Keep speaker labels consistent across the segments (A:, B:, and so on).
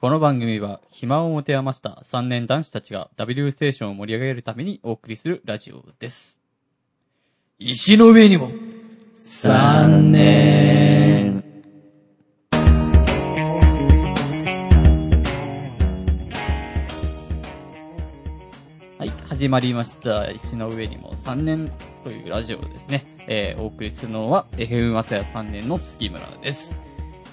A: この番組は暇を持て余した3年男子たちが W ステーションを盛り上げるためにお送りするラジオです。石の上にも
B: 三年。
A: はい、始まりました。石の上にも3年というラジオですね。えーお送りするのは、FM マサヤ3年の月村です。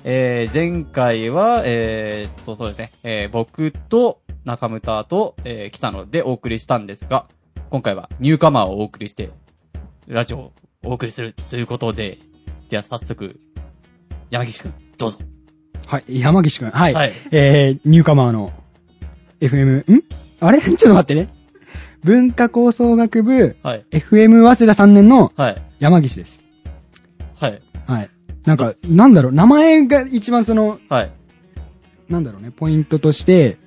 A: えー前回は、えーっと、そうですね、えー僕と中村と、えー北野でお送りしたんですが、今回はニューカマーをお送りして、ラジオをお送りするということで、では早速、山岸くん、どうぞ。
B: はい、山岸くん。はい。
A: はい
B: えー、ニューカマーの FM、んあれ ちょっと待ってね。文化構想学部
A: はい、
B: FM 早稲田3年の
A: はい、
B: 山岸です。
A: はい、
B: はい。なんか、なんだろう、名前が一番その、
A: はい。
B: なんだろうね、ポイントとして、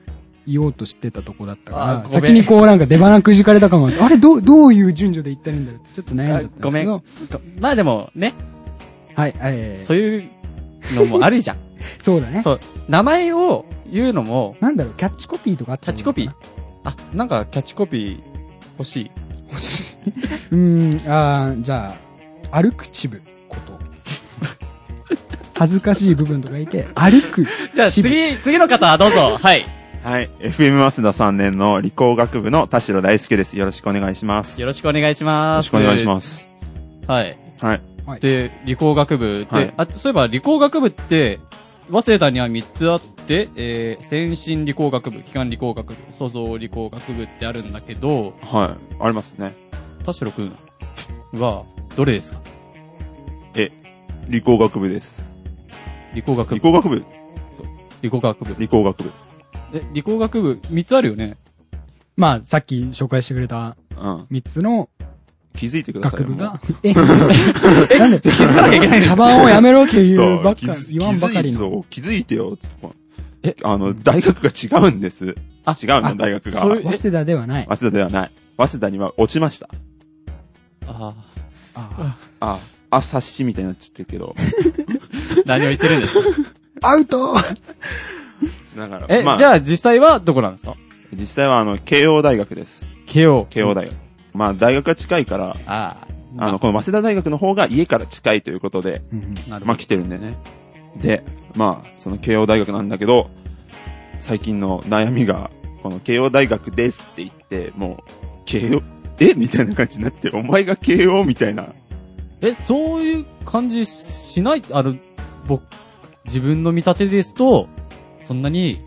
B: 言おうとしてたとこだったか
A: あ
B: ら、
A: ごめん
B: 先にこうなんか出花くじかれたかもあって。あれ、どう、どういう順序で言ったらいいんだろうってちょっと悩んじゃったんですけ
A: あ
B: ど。
A: まあでもね、
B: はい、えー、
A: そういうのもあるじ ゃん。
B: そうだね。
A: そう、名前を言うのも、
B: なんだろう、キャッチコピーとかあった
A: キャッチコピー。あ、なんかキャッチコピー欲しい。
B: 欲しい。 うーん、あーじゃあ、歩くちぶこと。恥ずかしい部分とかいて、歩く。
A: じゃあ
B: チブ
A: 次、次の方、どうぞ。はい。
C: はい。FM 早稲田3年の理工学部の田代大輔です。よろしくお願いします。よ
A: よろしくお願いしま
C: ろ
A: す。
C: しくお願いし
A: す。
C: ます。
A: はい。
C: はい。
B: はい
A: で、理工学部で、
C: はい
A: あ、そういえば理工学部って、早稲田には3つあって、えー、先進理工学部、機関理工学部、創造理工学部ってあるんだけど、
C: はい。ありますね。
A: 田代くんは、どれですか
C: 理工学部です。
A: 理工学
C: 理
A: 部。
C: 工学部
A: 理工学部。
C: 理工学部。
A: え、理工学部3つあるよね
B: まあ、さっき紹介してくれた
C: うん。
B: 3つの
C: 気づいてください。
B: 学部
C: も
B: が、え、なんで、気づ
A: かなきゃいけないの
B: 茶番をやめろって
C: う。
B: い
C: そうう。
B: ばっ
C: 気
B: か、
C: づ
B: 言わんばかり
C: 気づい
B: の。
C: そう。気づいてよ。つってこう
A: え
C: あの、大学が違うんです。
A: あ
C: 違うの、大学が。
A: そういう
C: 早
B: 早稲田ではない。
C: 稲田ではない。早稲田には落ちました。
A: あ
B: あ
C: あ、あ、察しみたいになっちゃってるけど。
A: ー何を言ってるんですか
B: ーアウト
C: だから、
A: え、
C: まあ、
A: じゃあ実際はどこなんですか
C: 実際はあの、慶応大学です。
A: 慶応。
C: 慶応大学。まあ、大学が近いから、
A: ああ。
C: あの、この早稲田大学の方が家から近いということで、
B: うんうん
A: なるほ
C: まあ
A: ど。
C: 来てるんでね。で、まあ、その慶応大学なんだけど、最近の悩みが、この慶応大学ですって言って、もう、慶応、えみたいな感じになって、お前が慶応みたいな。
A: え、そういう感じしないあの、僕、自分の見立てですと、そんなに、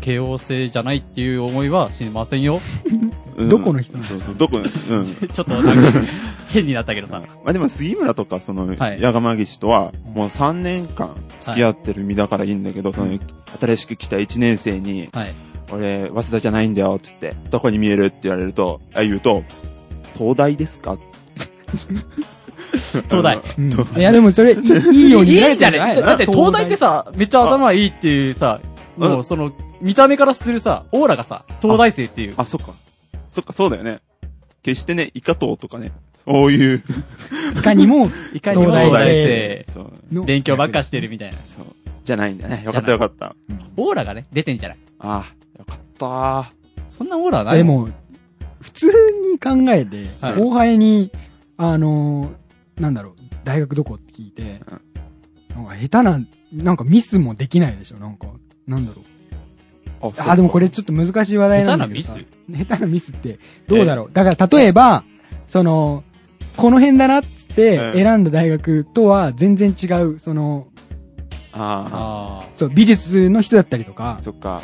A: 慶応生じゃないっていう思いはしませんよ。
C: うん
B: どこの人なんですか
C: そうそう、どこの、うん。
A: ちょっとなんか、変になったけどさ
C: ま。あでも杉村とか、その、
A: はい
C: 矢釜岸とは、もう3年間付き合ってる身だからいいんだけど、その、新しく来た1年生に、
A: はい。
C: 俺、早稲田じゃないんだよ、つって、どこに見えるって言われると、あ、言うと、東大ですか
A: 東大。
B: うんいや、でもそれ、いいいいように
A: い
B: 見ら
A: い
B: れ
A: んじ
B: た
A: ゃ
B: んじゃな
A: ね
B: いの
A: だって東大って、さ、めっちゃ頭いいっていうさ、
C: あ
A: もうその、見た目からするさ、オーラがさ、東大生っていう。
C: あ、そっか。そっか、そうだよね。決してね、イカ党とかね、そういう。
B: いかにも、
A: いか
B: にも東大
A: 生
C: そう。
B: の
A: 勉強ばっかしてるみたいな。
C: そう。じゃないんだね。よかったよかった。
A: オーラがね、出てんじゃない
C: ああ、よかった
A: そんなオーラはない
B: で
A: もん。
B: も、普通に考えて、
A: はい
B: 後輩に、あのーなんだろう、大学どこって聞いて、なんか下手な、なんかミスもできないでしょ、なんか、なんだろう。
C: ー。そっか
B: あ、でもこれ、ちょっと難しい話題なんだけどさ
A: 下手
B: 下手なミスって、どうだろう。だから例えば、その、この辺だなっつって
C: うん
B: 選んだ大学とは全然違う、その、
C: あ
A: あ
B: そう、美術の人だったりとか
C: あ、、そっか。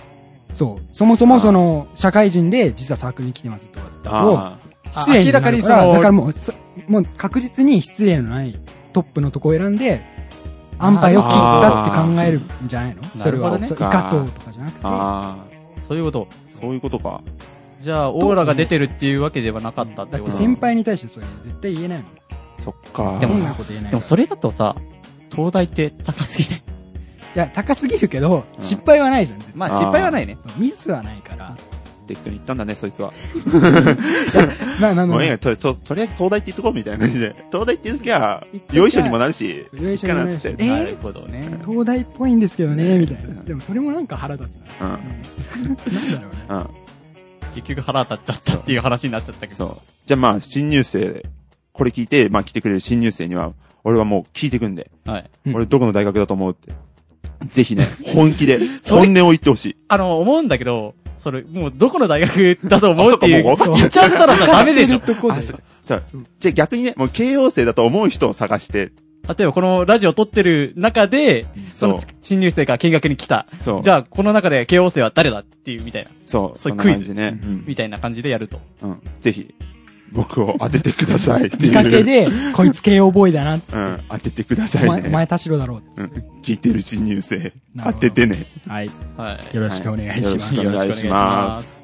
B: そう、そもそもその、社会人で実はサークルに来てますとかだと、
C: あ
A: あ。
B: 失礼に
A: 明
B: な
A: らかに
B: る
A: そ
B: から、だから
A: の、
B: もうす、もう確実に失礼のないトップのとこを選んで、安牌を切ったって考えるんじゃないの
A: ー
B: それは。
A: なるほどね
B: そうイカ党とかじゃなく
C: あ、
B: て。
C: あ
A: そういうこと。
C: あ、そういうことか。
A: じゃあ、オーラが出てるっていうわけではなかったって
B: だっ
A: こ
B: て
A: と
B: 先輩に対してそれ絶対言えないもん。
C: そっか。
A: でも
B: 変なこと言えな
A: で
B: いか
A: も
B: ら。
A: それだとさ、東大って高すぎて。
B: いや、高すぎるけど、
C: うん
B: 失敗はないじゃん、絶対
A: まあ失敗はないね。
B: ミスはないから、
C: 適当に言ったんだね、そいつは。
B: な、な
C: も
B: の
C: うええ
B: で、
C: やとと、とりあえず東大って言っとこうみたいな感じで。東大って言うときゃ、よいしょにもなるし、
B: よいしょにもなるし
C: いいか
B: えー
A: なるほどね。
B: 東大っぽいんですけどね、みたい
C: ね
B: な。でもそれもなんか腹立つな。
C: なっつっ
B: うんなんだろうね。
C: て。うん。うん。
A: 結局腹立っちゃったっていう話になっちゃったけど。
C: そう。じゃあまあ、新入生、これ聞いて、まあ来てくれる新入生には、俺はもう聞いてくんで、
A: はい。
B: うん
C: 俺どこの大学だと思うって。ぜひね、本気で、
A: それ
C: 本音を言ってほしい。
A: あの、思うんだけど、それ、もうどこの大学だと思
C: あ
A: う
C: そ
A: っ
C: ってか
A: いう、
C: もう分かっち
A: 言
C: ゃ
A: っちゃったらさ、ダメでしょ
B: 知っ。てるとこで
C: あそうそうじゃあ逆にね、もう慶応生だと思う人を探して、
A: 例えばこのラジオ撮ってる中で、そ
C: そう
A: の、新入生が見学に来た。
C: そう、
A: じゃあ、この中で慶応生は誰だっていう、みたいな、
C: そう、
A: そう
C: そんな
A: クイ
C: 感
A: ズ
C: じね。うん
A: みたいな感じでやると。
C: うん。ぜひ、僕を当ててくださいっていう。
B: 見かけ で、こいつ系覚えだな。
C: うん、当ててくだ
B: お
C: さ
B: 前、
C: い
B: お
C: ね。
B: 前田代だろ
C: うん、聞いてる新入生、
B: なる
C: 当
B: ほど
C: ててね。
B: う。はい。
A: はい。。
B: よろしくお願いします。
C: はいよろしくお願いします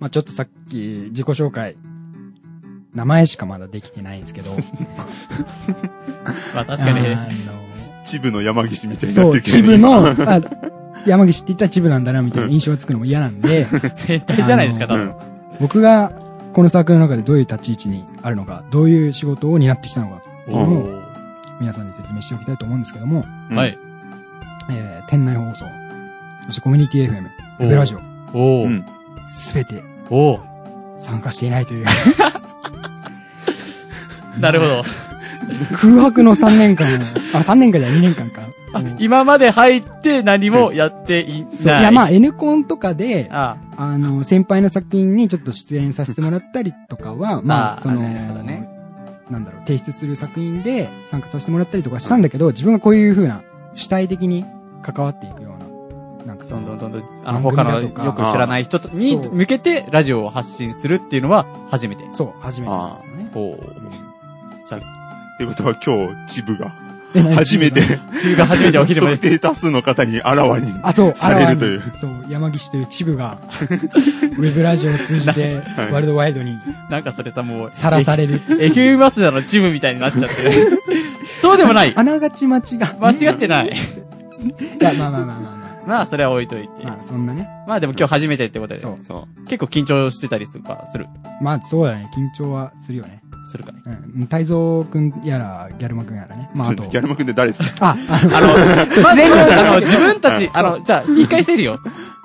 B: まあちょっとさっき、自己紹介。名前しかまだできてないんですけど。
A: まあ、確かにね。
B: あの
C: チブの山岸みたいにな
B: そ
C: っ
B: う、
C: てるけ
B: チ
C: ど
B: ブ の、
C: 今
B: あ山岸って言ったらチブなんだな、みたいな印象がつくのも嫌なん で、
A: 変態じゃないですか、
B: あ
A: 多
B: の
A: 分。
B: 僕がこのサークルの中でどういう立ち位置にあるのか、どういう仕事を担ってきたのか、
C: うん
A: お
B: 皆さんに説明しておきたいと思うんですけども、
A: ーはい。。
B: えー、店内放送、そしてコミュニティ FM、ウェブラジオ、
A: お
C: う
A: ー
C: ん。
B: すべて
A: おー
B: 参加していないという
A: なるほど。
B: 空白の3年間を、あ、3年間じゃ2年間か。も う
A: 今まで入って何もやってい
B: そうい
A: ない。
B: や、まあ、N コンとかで、
A: あ
B: あの、先輩の作品にちょっと出演させてもらったりとか は、
A: あ
B: まあ、
A: ー
B: その、
A: なるほどね
B: なんだろう、提出する作品で参加させてもらったりとかしたんだけど、自分がこういう風な主体的に関わっていくような、なんか
A: ど
B: そ
A: んどん
B: の、
A: どんどん、あの、
B: 番組
A: 他
B: だとか
A: のよく知らない人とに
B: そう
A: 向けてラジオを発信するっていうのは初めて。
B: そう、初めてなんですよね。
A: ほう。
C: ってことは今日、チブが、
B: えなんか
C: 初めて、
A: 中が初めてお
C: 不
A: 昼ま
C: 特
A: で。
C: 定多数の方にあらわに。
B: あ、そう、
C: され
B: あ
C: る
B: らわに
C: という
B: そう、山岸というチブ が、ウェブラジオを通じて、
C: い
B: ワールドワイドに
A: なんかそれさ、もう。
B: さらされる。
A: え。FM マスダのチームみたいになっちゃって る。そうでもない。
B: あながち間違い。
A: 間違ってない。
B: いや、まあまあまあまあま
A: まあ、それは置いといて
B: あ。。まあ、そんなね。
A: まあでも今日初めてってことで
B: そ、う。
C: そ
A: 結構緊張してたりとかする、
B: まあ、そうだね。緊張はするよね。
A: するかね。
B: うん、太蔵くんやら、ギャルマくんやらね。
C: う。
B: まあ、
C: ちょ
B: あ
C: っと
B: と、
C: ギャルマくんって誰ですか
B: あ、あの、
A: あの、
B: 自然に
A: あの、自分たち
C: う、ん
A: あの、じゃあ、一回整理よ。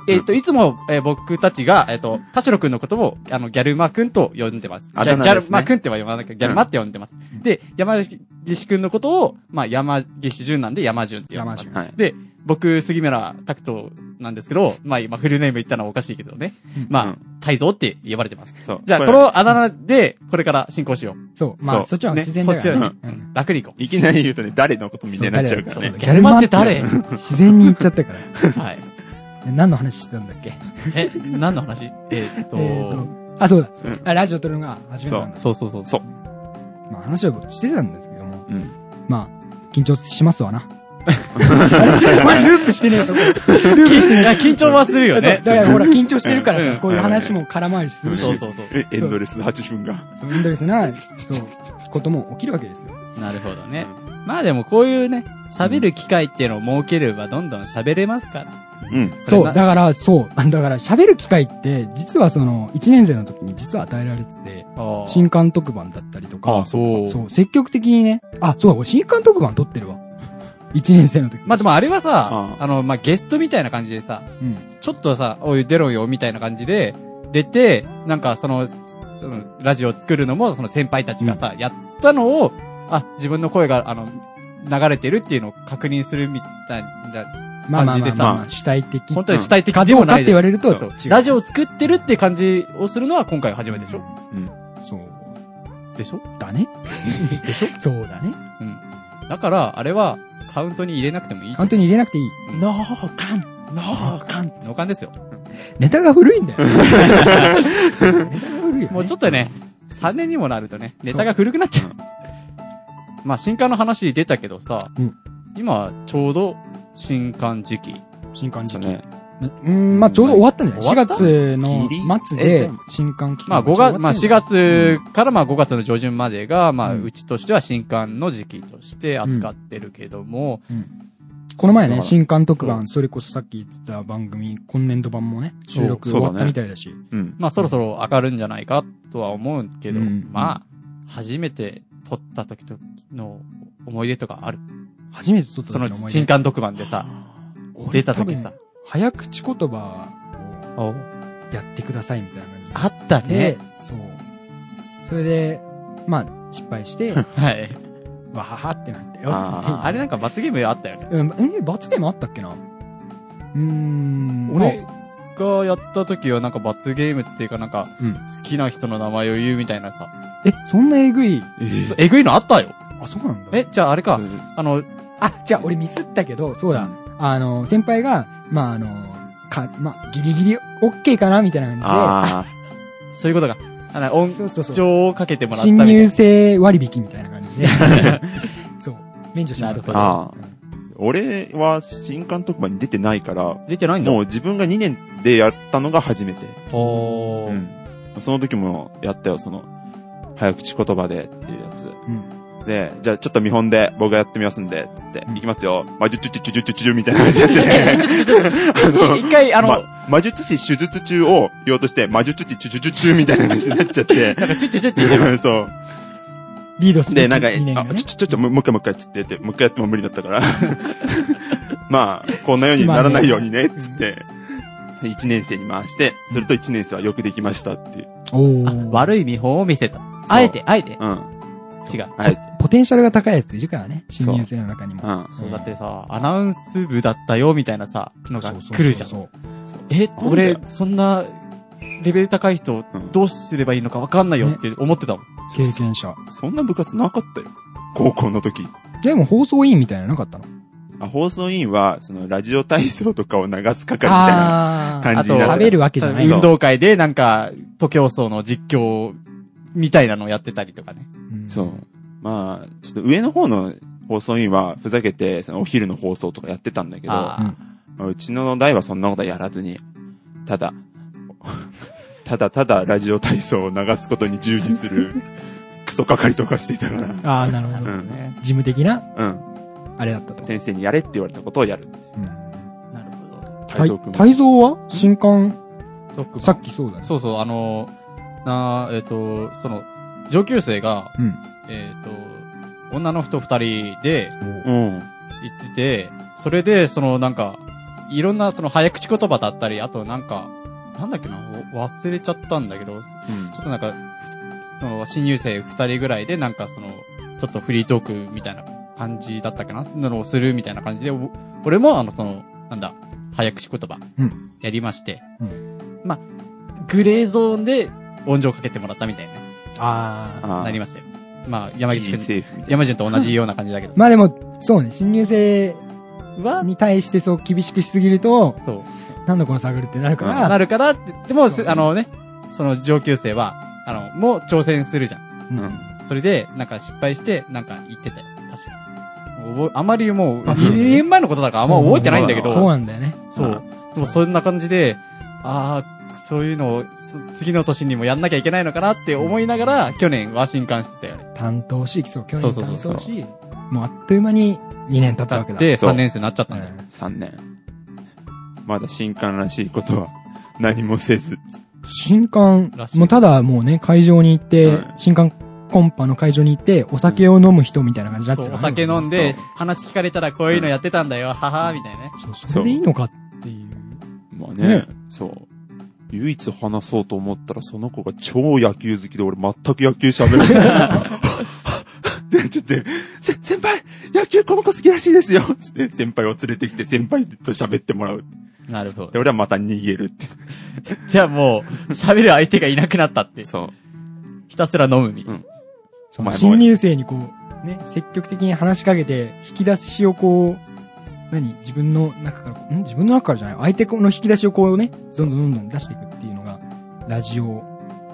A: えっと、いつも、えー僕たちが、えっと、田代くんのことを、あの、ギャルマくんと呼んでます。
C: あ
A: ギャギ
C: だ名
A: ャ
C: で
A: ル
C: すね
A: マくんっては呼ばないけど、ギャルマって呼んでます。で、山岸くんのことを、まあ、山岸淳なんで山淳って呼んで
B: 山
A: ます。
B: 中。
C: はい。
A: で、僕、杉村拓人なんですけど、まあ、今、フルネーム言ったのはおかしいけどね。
B: うん
C: う
A: ま
C: ん
A: あ、泰造って呼ばれてます。
C: そう。
A: じゃあ、こ
C: れ、
A: のあだ名で、これから進行しよう。
B: そう。ま
C: そう
B: あ、そっちは自然だからね。うん
A: 楽に行こ
C: いきなり言うとね、誰のことみんなになっちゃうから
B: そう
C: ね。
A: ギャルマって誰
B: 自然に言っちゃったから。
A: う。はい。
B: え何の話してたんだっけ
A: え、何の話えーっ
B: えー
A: と、
B: と、あ、そうだ
C: うん。
B: あ、ラジオ撮るのが初めてなんだ。
A: そうそうそう。
C: そう
B: まあ、話をしてたんですけども。
C: うん。
B: まあ、緊張します わな。 これループしてねえとこ。ループして
A: い
B: ね
A: や、 緊張はする
B: え。そ
A: よね。
B: う。だからほら、緊張してるから
A: うん
B: さ、こういう話も空回りするし
A: そ、うそうそ
C: え、エンドレス8分が。
B: そうインドレスな、そう、ことも起きるわけですよ。
A: う。なるほどね。まあでもこういうね、喋る機会っていうのを設ければどんどん喋れますから。
C: うん。
B: そう、
A: これ
B: だ
A: な
B: から、そう、 あだから喋る機会って、実はその、1年生の時に実は与えられてて、
A: あー
B: 新刊特番だったりとか、
A: そう
B: そう、積極的にね、あ、そうだ、俺新刊特番撮ってるわ。1年生の時。
A: まあでもあれはさ
C: あ、
A: あの、まあゲストみたいな感じでさ、
B: うん、
A: ちょっとさ、おい出ろよみたいな感じで、出て、なんかその、うんラジオ作るのもその先輩たちがさ、やったのを、あ、自分の声が、あの、流れてるっていうのを確認するみたいな、
B: まあまあまあ
A: 感じでさ
B: まあまあ主体的。
A: 本当に主体的で
B: ど
A: も
B: うかっ
A: ない
B: て
A: で
B: 言われると、
A: そう
B: 違う
A: ラジオを作ってるって感じをするのは今回初めてでしょ
C: うん。
B: そう。
A: でしょ
B: だね。そうだね。
A: うん。だから、あれは、カウントに入れなくてもいい。
B: カウントに入れなくていい。
D: ノーカン ノーカン
A: のかんですよ。
B: ネタが古いんだ よ。ネタが古いよ、ね。
A: もうちょっとね、3年にもなるとね、ネタが古くなっちゃう。まあ、新刊の話出たけどさ、
B: うん
A: 今、ちょうど、新刊時期。
B: 新刊
C: そ
B: 時
C: う
B: 期。
C: ね。
B: うん、まあちょうど終わったんじゃない
A: 終わ
B: ?4
A: った
B: 月の
C: ギリ
B: 末で
C: え
B: 新刊期間
A: まあ、5
B: がちょうど終わったんじ
A: 月、
B: ゃない
A: まあ、4月からまあ5月の上旬までが、まあ、
B: うん
A: うちとしては新刊の時期として扱ってるけども、
B: この前
C: だ
B: ね、
C: から
B: 新刊特番、それこそさっき言ってた番組、今年度版もね、収録
C: そ
B: 終
C: う
B: わったみたいだし。
C: うん。
A: まあ、そろそろ上がるんじゃないかとは思うけど、
B: うん
A: まあ、初めて撮った時との思い出とかある。
B: 初めて撮っ
A: そ
B: た時
A: の
B: の思い出。
A: 新刊特番でさ、
B: 俺
A: 出た時さ
B: 多分。早口言葉
A: お
B: をやってくださいみたいな感じで
A: あった
B: で
A: ね。、
B: そう。それで、まあ、失敗 して、わ
A: はい。
B: ははってなったよ。
C: あー
A: あれなんか罰ゲームあったよね。
B: うん、え、罰ゲームあったっけなうーん、
A: 俺、がやった時はなんか罰ゲームっていうかなんか、
B: うん
A: 好きな人の名前を言うみたいなさ、
B: え、そんなえぐい、
C: えー
A: えぐいのあったよ。
B: あ、そうなんだ。
A: え、じゃああれか、あの、
B: あ、じゃあ俺ミスったけど、そうだ。あの、先輩が、まあ、あの、か、まあ、ギリギリ OK かなみたいな感
C: あ
A: そういうことか。あの、
B: じで。
A: 音
B: そうそうそう。
A: 調をかけてもらったみ
B: 新
A: たいな。
B: 入生割引みたいな感じで。 そう。免除してもらった。
C: なるほ
B: うん
C: あ。 俺は新刊特番に出てないから、
A: 出てないんだ。
C: もう自分が2年でやったのが初めて。
A: おー
C: うん。その時もやったよ、その、早口言葉でっていうやつ。で、じゃあちょっと見本で僕がやってみますんで、つって、
B: うん
C: いきますよ。魔術ちゅちゅちゅちゅちゅみたいな感じでやって
A: え、ちょっとちょっとちょっと、 一回、あ
C: あ
A: の、
C: ま魔術師手術中を言おうとして、魔術師ちゅちゅちゅちゅみたいな感じになっちゃって。
A: なんかちゅちゅちゅちゅちゅ。
C: そう。
B: リードする。
C: で、なんか、
B: 2年が
C: あ、
B: ね
C: ちょ、ちょ、ちょ、ちょもうもう一回もう一回っつってやって、もう一回やっても無理だったから。まあ、こんなようにならないようにね、
B: まあね
C: つって。で一年生に回して、それと一年生はよくできましたっていう。
B: お
A: あ
B: ー
A: 悪い見本を見せた。あえて、あえて。
C: うん。
A: 違う。
C: はい。
B: ポテンシャルが高いやついるからね。新入生の中にも。
C: うん。
A: そうだってさ、アナウンス部だったよ、みたいなさ、のが来るじゃん。
B: そう
A: え、
C: そうだ
A: 俺
C: よ、
A: そんな、レベル高い人
C: うん、
A: どうすればいいのかわかんないよって思ってたもん。
B: そうそう。経験者。
C: そんな部活なかったよ。高校の時。
B: でも放送委員みたいなのなかったの
C: あ、放送委員は、その、ラジオ体操とかを流す係みたいな
B: あー
C: 感じ
A: になって
B: あと喋るわけじゃない。
C: そう
A: 運動会でなんか、徒競走の実況みたいなのをやってたりとかね。
B: ん
C: そう。まあ、ちょっと上の方の放送委員は、ふざけて、その、お昼の放送とかやってたんだけど、
A: あー
C: まあうちの代はそんなことはやらずに、ただ、 ただただラジオ体操を流すことに従事するクソ係とかしていたから。
B: ああ、なるほ
C: う
B: ど。
C: ん。
B: 事務的な、
C: うん。
B: あれだったと。
C: 先生にやれって言われたことをやる。
A: なるほど。
C: 太蔵君。
B: 太蔵は新刊、
A: ドッグ
B: さっきそうだね。
A: そうそう、あの、な、えっ、と、その、上級生が、
B: うん
A: えっ、と、女の人二人で
C: うん。
A: 行ってて、それで、その、なんか、いろんな、その、早口言葉だったり、あと、なんか、なんだっけな、お忘れちゃったんだけど、ちょっとなんか、その、新入生二人ぐらいで、なんか、その、ちょっとフリートークみたいな感じだったかななのをするみたいな感じで、お俺も、あの、その、なんだ、早口言葉
B: うん、
A: やりまして、
B: う
A: まあ、グレーゾーンで音情かけてもらったみたいな、
B: ああ。
C: ああ
A: なり
C: ま
A: ますよ。まあ、山岸
C: ギリ
A: 君、
C: セーフみたいな。
A: 山岸君と同じような感じだけど、
B: まあでも、そうね、新入生
A: は、
B: に対してそう厳しくしすぎると、
A: そう、
B: なんだこのサークルってなるか
A: な
B: ら、
A: るからって、でも、
B: そう
A: すあのね、その上級生は、あの、もう挑戦するじゃん。
C: うん。
A: それで、なんか失敗して、なんか言ってたよ。確か。もう覚えあまりもう、
B: あそう
A: 2年前のことだからあんま覚えてないんだけど、
B: そうなんだよね。
A: そうう。でもそんな感じで、ああ、そういうのをそ次の年にもやんなきゃいけないのかなって思いながら、去年は新刊してたよね。
B: 担当し、そう、去
A: そう
B: 年
A: そう
B: 担
A: そう
B: 当し、もうあっという間に2年経ったわけだ。
A: で、
C: そう
A: 3年生になっちゃったんだよ。
B: うん
C: 3年。まだ新刊らしいことは何もせず。
B: 新刊
A: らし、い
B: もうただもうね、会場に行って
C: うん、
B: 新刊コンパの会場に行って、お酒を飲む人みたいな感じだった
A: そ
B: か
A: う、
B: ら
A: お酒飲んで
C: そう、
A: 話聞かれたらこういうのやってたんだよ、ははみたいなね。
B: そうそれでいいのかっていう。
C: まあね、
B: ね
C: そう。唯一話そうと思ったら、その子が超野球好きで、俺全く野球喋 らない。で、ちょっと、せ、先輩野球この子好きらしいですよつって、先輩を連れてきて、先輩と喋ってもらう。
A: なるほど
C: で、。俺はまた逃げるって。
A: じゃあもう、喋る相手がいなくなったって。
C: そ
A: ひたすら飲むみたいな。
B: そ
C: お
B: の
C: 前も
B: 新入生にこう、ね、積極的に話しかけて、引き出しをこう、何自分の中からこう、ん自分の中からじゃない相手の引き出しをこうね、どんどんどんどん出していくっていうのが、ラジオ、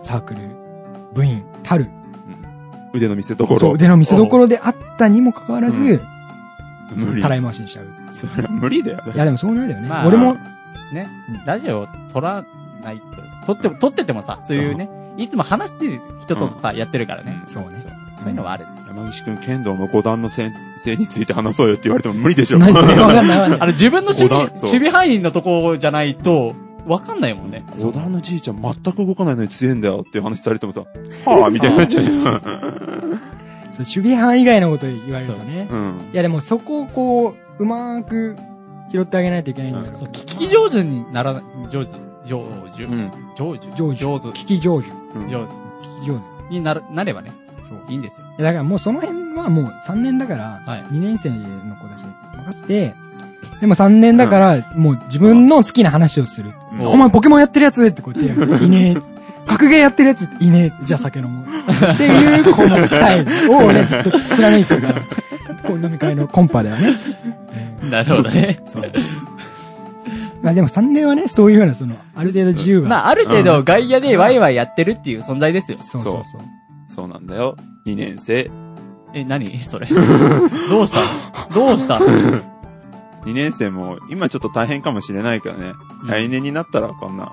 B: サークル、部員、たる、
C: 腕の見せ所。
B: そう、腕の見せ所であったにもかかわらず、
C: うん無理。
B: たらい回しにしちゃう。
C: それは無理だよ。
B: いや、でもそうなるよね。
A: まあ
B: 俺も、
A: ね
B: う、ん
A: ラジオを撮らないと、撮っても、撮っててもさ、そういうね、いつも話してる人とさ、やってるからね。
B: そうね。
A: そういうのはある。
C: 山岸くん、剣道の五段の先生について話そうよって言われても無理でしょ。
B: 何そ れわかんないわかん
A: あ
B: ない。
A: の、自分の守備、
C: 五段そう
A: 守備範囲のとこじゃないと、わかんないもんね。
C: 五段のじいちゃん全く動かないのに強いんだよっていう話されてもさ、はぁ、みたいになっちゃうよ。
B: そう守備班以外のこと言われるとね。
C: うん。
B: いや、でもそこをこう、うまーく拾ってあげないといけないんだろう
A: そう。聞き上手にならない、上手、上手、
C: うん。
A: 上手、
B: 上手
A: 上手、
B: 聞き上手。
C: うん
A: 上
B: 聞き上手。
A: 手になる、なればね、
B: そう。い
A: いいんですよ。
B: や、だからもうその辺はもう3年だから、
A: はい
B: 2年生の子たちに任せて、でも3年だから、もう自分の好きな話をする。
C: うん
B: お前ポケモンやってるやつってこう手挙げて、いねえ。格ゲーやってるやついねえ。じゃあ酒飲もう。っていう、このスタイルをね、ずっと貫いてるから。こう飲み会のコンパだよね。
A: なるほどね。
B: そう。まあでも3年はね、そういうような、その、ある程度自由 が。
A: まあ、ある程度外野でワイワイやってるっていう存在ですよ。
B: そうそうそう。
C: そうなんだよ。2年生。
A: え、何それ。どうしたのどうしたの
C: 2年生も、今ちょっと大変かもしれないからね。来年になったらこんな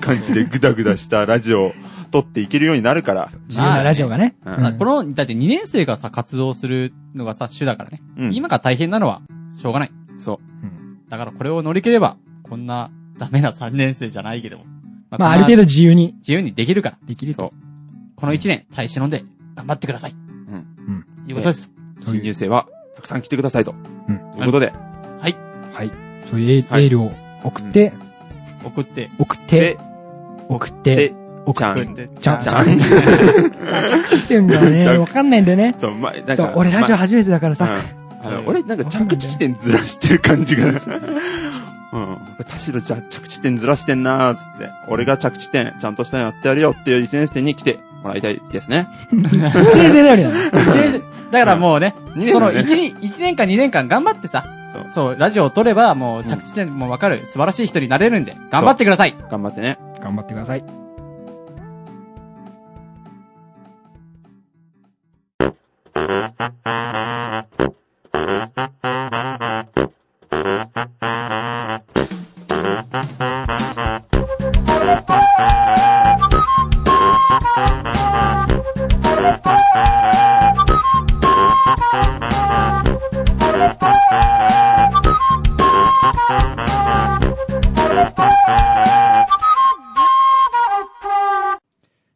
C: 感じでグダグダしたラジオを撮っていけるようになるから。
B: 自由なラジオがね。
C: う
A: さ
B: うん
A: この、だって2年生がさ、活動するのがさ、主だからね。
C: うん
A: 今が大変なのは、しょうがない。
C: そう。
A: だからこれを乗り切れば、こんなダメな3年生じゃないけども。ま
B: まあある
A: 度
B: 程度自由に
A: 自由にできるから、
B: できる
C: そ
B: と。。
A: この1年、耐え忍んで、頑張ってください。うんいうことです。
B: そう
C: 新
B: いう
C: 入生は、たくさん来てくださいと。
B: うん
C: ということで、
A: はい。
B: はい。そういうエー
C: はい
B: エールを送って、
A: 送って、
B: 送って、、送って、
C: で、
B: 送
C: ちゃ
B: っ
C: ん
A: 送
B: て。
A: って。
B: ちゃん
C: ち
B: ち
C: ゃ
B: ゃ
C: ん
B: ん。あちゃん来てんだよ
C: ちゃ
B: ね。
C: ん
B: わかんないんだよね。
C: そう、ま、なん
B: そう
C: か、、
B: 俺ラジオ
C: ま
B: 初めてだからさ。
C: うんあの俺、なんか着地点ずらしてる感じが。うん。田代じゃ着地点ずらしてんなーっつって、俺が着地点ちゃんとしたのやってやるよっていう1年生に来てもらいたいですね。
B: 1年生だよりだね。
A: 1年生、だからもうね、
C: 2年
A: その
C: 生、
A: 1
C: ね。
A: 年、一年間2年間頑張ってさ、
C: そう、
A: そう、ラジオを撮れば、もう着地点もわかる、素晴らしい人になれるんで、頑張ってください。
C: 頑張ってね。
B: 頑張ってください。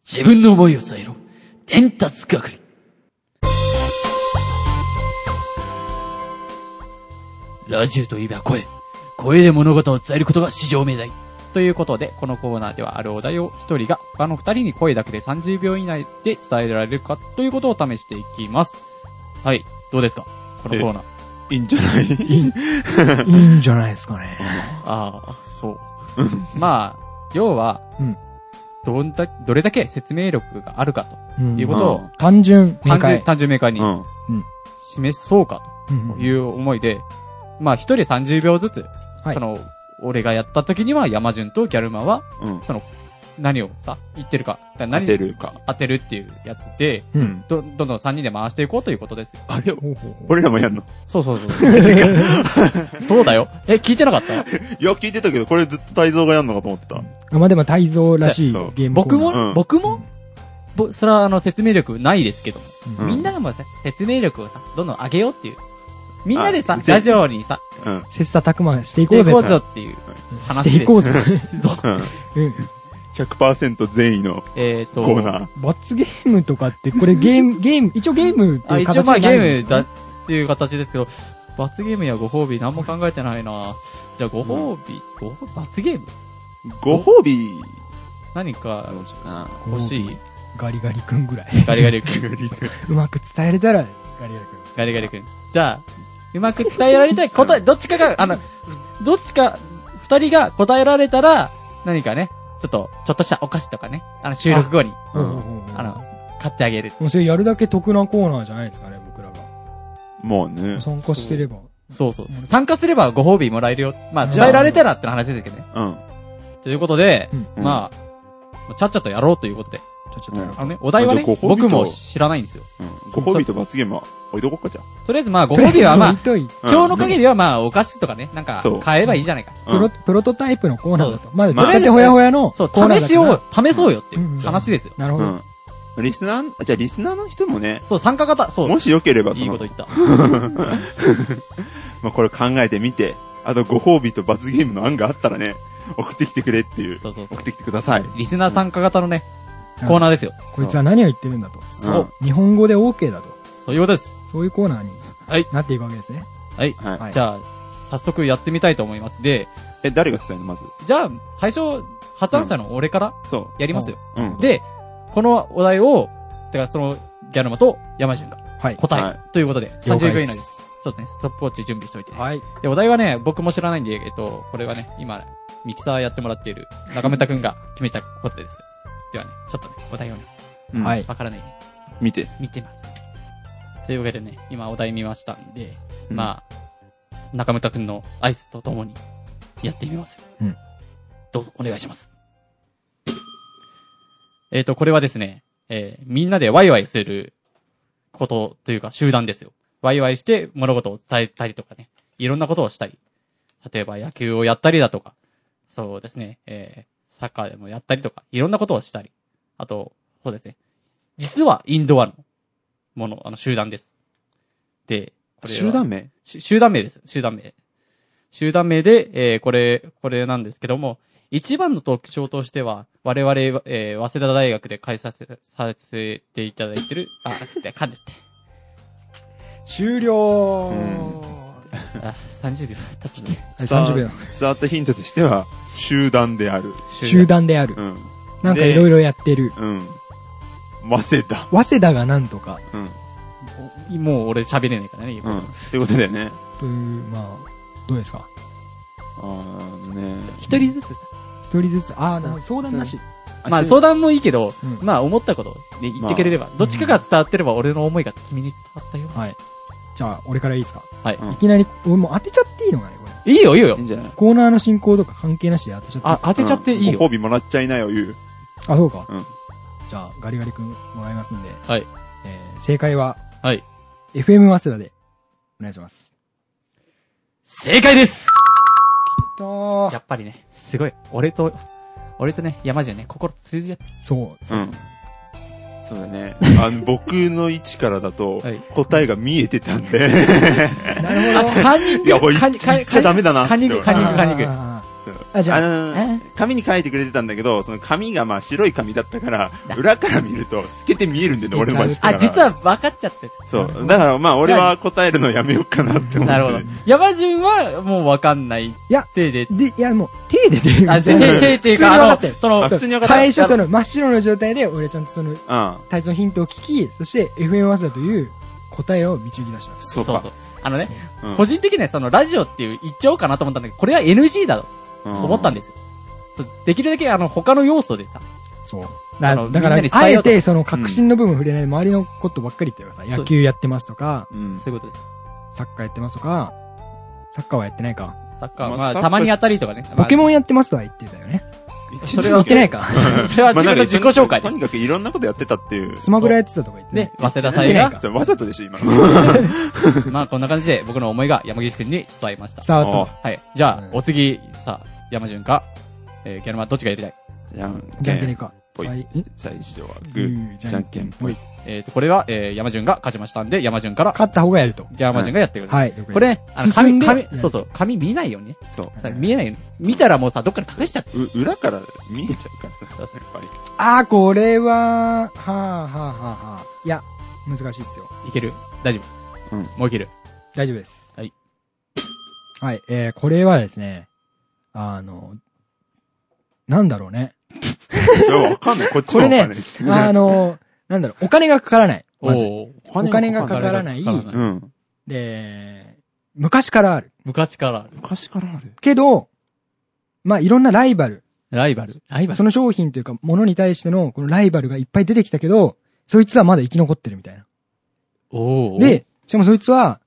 A: 自分の思いを伝えろ。伝達係。ラジオといえば声。声で物事を伝えることが至上命題。ということで、このコーナーではあるお題を一人が他の二人に声だけで30秒以内で伝えられるかということを試していきます。はい。どうですかこのコーナー。
C: いいんじゃない
B: いいんじゃないですかね。
A: ああ、そう。 まあ、要は、
B: うん
A: どんだ、どれだけ説明力があるかと
B: うん
A: いうことを、
B: 単純、明
A: 単純、
B: 快。
A: 単純明快に
C: うん。
A: 示そうか
B: うん
A: という思いで、まあ一人30秒ずつ、
B: はい
A: その、俺がやった時には山順とギャルマンは
C: うん。
A: 何をさ、言ってるか、だから
C: 当
A: 何
C: てるか。
A: 当てるっていうやつで、
B: うん。
A: ど、どんどん3人で回していこうということですよ。
C: あれ、
B: ほうほうほう
C: 俺らもやんの
A: そうそうそう。 そうだよ。え、聞いてなかった
C: いや、聞いてたけど、これずっと泰造がやんのかと思ってた。
B: あまあでも、泰造らしい
C: そう
B: ゲームコーナー。
A: 僕
C: うん
A: も、僕も、ぼ、それはあの、説明力ないですけども。
B: うん
A: みんながもうさ、説明力をさ、どんどん上げようっていう。みんなでさ
C: あ、ぜ
A: ラジオにさ、
C: うん。
B: 切磋琢磨してい
A: 行
B: こうぜ。
A: こうぞっていう話で
B: していこうぜ。
C: うん。
B: うん
C: 100%善意の
A: えっと、
C: コーナー。
B: 罰ゲームとかって、これゲーム、ゲーム、一応ゲームって
A: あ、
B: いう
A: 一応
B: 形
A: まあ
B: に
A: ゲ
B: なるん
A: ー
B: です
A: ム
B: か
A: だ
B: ね
A: っていう形ですけど、罰ゲームやご褒美何も考えてないなじゃあご褒美、ご褒罰ゲーム
C: ご褒美
A: 何か
C: どうしようかな。
A: 欲しい
B: ガリガリ君ぐらい。
A: ガリガリ君。
B: うまく伝えれたら、ガリガリ君。
A: ガリガリ君。じゃあ、うまく伝えられたい答え、どっちかが、あの、どっちか、二人が答えられたら、何かね、ちょっと、ちょっとしたお菓子とかね、あの、収録後に、
C: うん
B: うんうんうん
A: あの、買ってあげる。
B: もうそれやるだけ得なコーナーじゃないですかね、僕らが。
C: まあね。
B: 参加してれば。
A: そうそう。参加すればご褒美もらえるよ。まあ、
B: じゃあ
A: 伝えられたらって話ですけどね。
C: うん。
A: ということで、
B: うん
C: うん
A: まあ、ちゃっちゃとやろうということで。
B: ちょ、ちょっとやろう
A: あのね、お題はね
C: あじゃあご褒、美
A: 僕
C: と
A: も知らないんですよ。
C: うんご褒美と罰ゲームは置いとこっかじゃ
A: とりあえずまあ、ご褒美はまあ、
B: とりあえず置いといて
C: あ。
A: 今日の
C: 限
A: 限りはまあ、お菓子とかね、なんか
C: そう、
A: 買えばいいじゃないか。
B: プロ、プロトタイプのコーナーだと。まだ、
C: まあ
B: 出たてほやほやのコ
A: そう、
B: ーナーだから。
A: 試しを、試そうよっていう
B: うん
A: 話ですよ。
B: なるほ
C: う
B: ど。
C: ん。うん。リスナー、じゃあリスナーの人もね、
A: そう、参加型、そう。
C: もしよければ
A: い
C: そ
A: いこ
C: の
A: と、言った。
C: まあこれ考えてみて、あとご褒美と罰ゲームの案があったらね、送ってきてくれっていう。
A: そうそうそ
C: 送ってきてください。
A: う。リスナー参加型のね、
B: うん
A: コーナーですよ。
B: こいつは何を言ってるんだと。
A: そう。
B: 日本語で OK だと。
A: そういうことです。
B: そういうコーナーに
A: はい
B: なっていくわけですね。
A: はい。
C: はい。
B: はい
A: じゃあ、早速やってみたいと思います。で、
C: え、誰が伝えるのまず。
A: じゃあ、最初、発案者の俺から
C: そ
A: やりますよ。
C: う。うん。
A: で、このお題を、てかその、ギャルマと山順が
B: はい。
A: 答え、
C: はい
A: ということで、
B: 了
A: 30秒以
B: 解
A: 内
B: で
A: ですす。ちょっとね、ストップウォッチ準備しておいてね、
B: はい。
A: で、お題はね、僕も知らないんで、えっと、これはね、今、ミキサーやってもらっている中村くんが決めたことです。ではね、ちょっとね、お題をね、
C: うん
B: はい。
A: わからないよう
C: 見て。
A: に見てます。というわけでね、今お題見ましたんで、
C: うん
A: まあ、中村くんの合図とともに、やってみますよ。
B: うん
A: どうぞ、お願いします。えっ、と、これはですね、えーみんなでワイワイすることというか、集団ですよ。ワイワイして物事を伝えたりとかね、いろんなことをしたり。例えば野球をやったりだとか、そうですね、えーサッカーでもやったりとか、いろんなことをしたり。あと、そうですね。実はインドアのもの、あの、集団です。で、これは
C: 集団名
A: し集団名です。集団名。集団名で、えーこれ、これなんですけども、一番の特徴としては、我々、えー早稲田大学で開催させさせていただいてる、あ、って、噛んでって。
B: 終了
C: うん
A: あ、30秒経っちゃって。
B: はい、30秒。
C: 伝わったヒントとしては、集団である。
B: 集団である
C: う。ん。
B: なんかいろいろやってる。
C: うん。早稲田。
B: 早稲田がなんとか
C: うん。
A: おもう俺喋れないからね、今
C: うん。ってことだよね。
B: という、まあ、どうですか
C: あーね。
A: 一人ずつさ
B: 一人ずつ、ああ、なるほど相談なし。
A: まあ
C: そう
A: 相談もいいけど、
B: うん
A: まあ思ったことで言ってくれれば、どっちかが伝わってれば俺の思いが君に伝わったよ。
B: はい。じゃあ、俺からいいですか
A: はい。
C: うん
B: いきなり、俺もう当てちゃっていいのかね、これ。
A: いいよ、いいよ
C: いい。んじゃない
B: コーナーの進行とか関係なしで当てちゃっていい。
A: あ、当てちゃっていいよ。
C: ご褒美もらっちゃいなよ、言う。
B: あ、そうか。
C: うん
B: じゃあ、ガリガリ君もらいますんで。
A: はい。
B: えー、正解は、
A: はい。
B: FM 早稲田で、お願いします。
A: 正解です
B: と
A: やっぱりね、すごい。俺と、俺とね、山じゃね、心通じ合って。
B: そう。
C: うん。そう だね。あの、僕の位置からだと
A: はい、
C: 答えが見えてたん で。
B: なるほど。
A: あ、カンニン
C: いや、こ
A: グ、
C: れ
A: カ
C: 言
A: ンニング、
C: っちゃ言っちゃダメだなって思って。
A: カニングカ
B: あ
A: ニング
B: ーあ、じゃ
C: あ
B: あ、
C: の
A: え
C: 紙に書いてくれてたんだけど、その紙がまあ白い紙だったから、裏から見ると透けて見えるんだよね、
B: 透け
C: 俺
B: ちゃう
C: のマジック
A: あ、実
C: は。
A: は分かっちゃって
C: そう。だからまあ俺は答えるのやめようかなって思って。
A: た。なるほど。山順はもう分かんない。
B: いや
A: 手で、
B: で、いや、もう、手で出る。
A: あ、手 で、手っていうか、あ
B: 普
A: の
B: 通に分かったよ、
A: その
C: あ、普通に分かった
B: 最初、その、真っ白の状態で、俺ちゃんとその、
C: うん。
B: 最初のヒントを聞き、そして、FM 早稲田という答えを導き出したんです。
C: そう
A: そう
C: か
A: そう。。あのね、
C: うん。
A: 個人的にはそのラジオっていう言っちゃおうかなと思ったんだけど、これは NG だと思ったんですすよ。そうできるだけあの他の要素でさ、
B: そう。
A: あ
B: だ
A: の
B: だか
A: みんなに
B: ら、
A: 伝
B: あ
A: えよ
B: え
A: うと
B: て、その、確信の部分触れない、周りのことばっかり言ってください。
A: そう
B: 野球やってますとか、
C: うん。
A: そういうことです。
B: サッカーやってますとか、サッカーはやってないか。
A: サッカーは、
C: まあ
A: まあ、
C: サッカー
A: たまにやったりとかね。
B: ポケ
A: ン、
B: モンやってますとは言ってたよね。
A: それ
B: 言
A: は
B: ってないか。
A: それは自分の自己紹介で
C: とにかくいろんなことやってたっていう。
B: スマブラやってたとか言って
A: で、
B: た。
A: 早稲田
B: 言って
A: 祭
B: ない
A: が、
B: か
C: それわざとでし ょ、今の。
A: まあこんな感じで僕の思いが山岸くんに伝えました。
B: さあ、あと、
A: はい。じゃあ、
B: うん
A: お次、さあ、山順か、えー、ギャルマンどっちがやりたい
C: じゃん
B: じ
C: け
B: ゃんけんでい
C: ん。
B: くか。
C: ぽい
B: さいん
C: 最初は
B: グ
C: グー。
B: ー、
C: じゃんけんぽい。
A: えっ、と、これは、えー、山順が勝ちましたんで、山順から、
B: 勝った方がやると。
A: 山順がやってくれる。
B: はい。
A: これ、ね、あの、
B: 進
A: 紙、
B: んで
A: 紙、そうそう、紙見ないようにね。
C: そう。
A: さ見えないように。見たらもうさ、どっかに隠しちゃって。
C: う裏から見えちゃうからさ、やっぱり。
B: あー、これは、はあ、はあ、はあ、はあ。いや、難しいですよ。
A: いける大丈夫。
C: うん
A: もういける。
B: 大丈夫です。
A: はい。
B: はい、えー、これはですね、あの、なんだろう ね。
C: いや、わかんない。こっちもわかんないです。
B: あの、なんだろう、お金がかからない。まず。
A: おー
B: お金がか
A: お金がか
B: か
A: から
B: ら
A: な
B: ないい。
C: うん。
B: で、昔からある。
A: 昔からある。
C: 昔からある。
B: けど、まあ、いろんなライバル。
A: ライバル。ライバル
B: その商品というか、ものに対しての、このライバルがいっぱい出てきたけど、そいつはまだ生き残ってるみたいな。
A: おー、
B: で、しかもそいつは、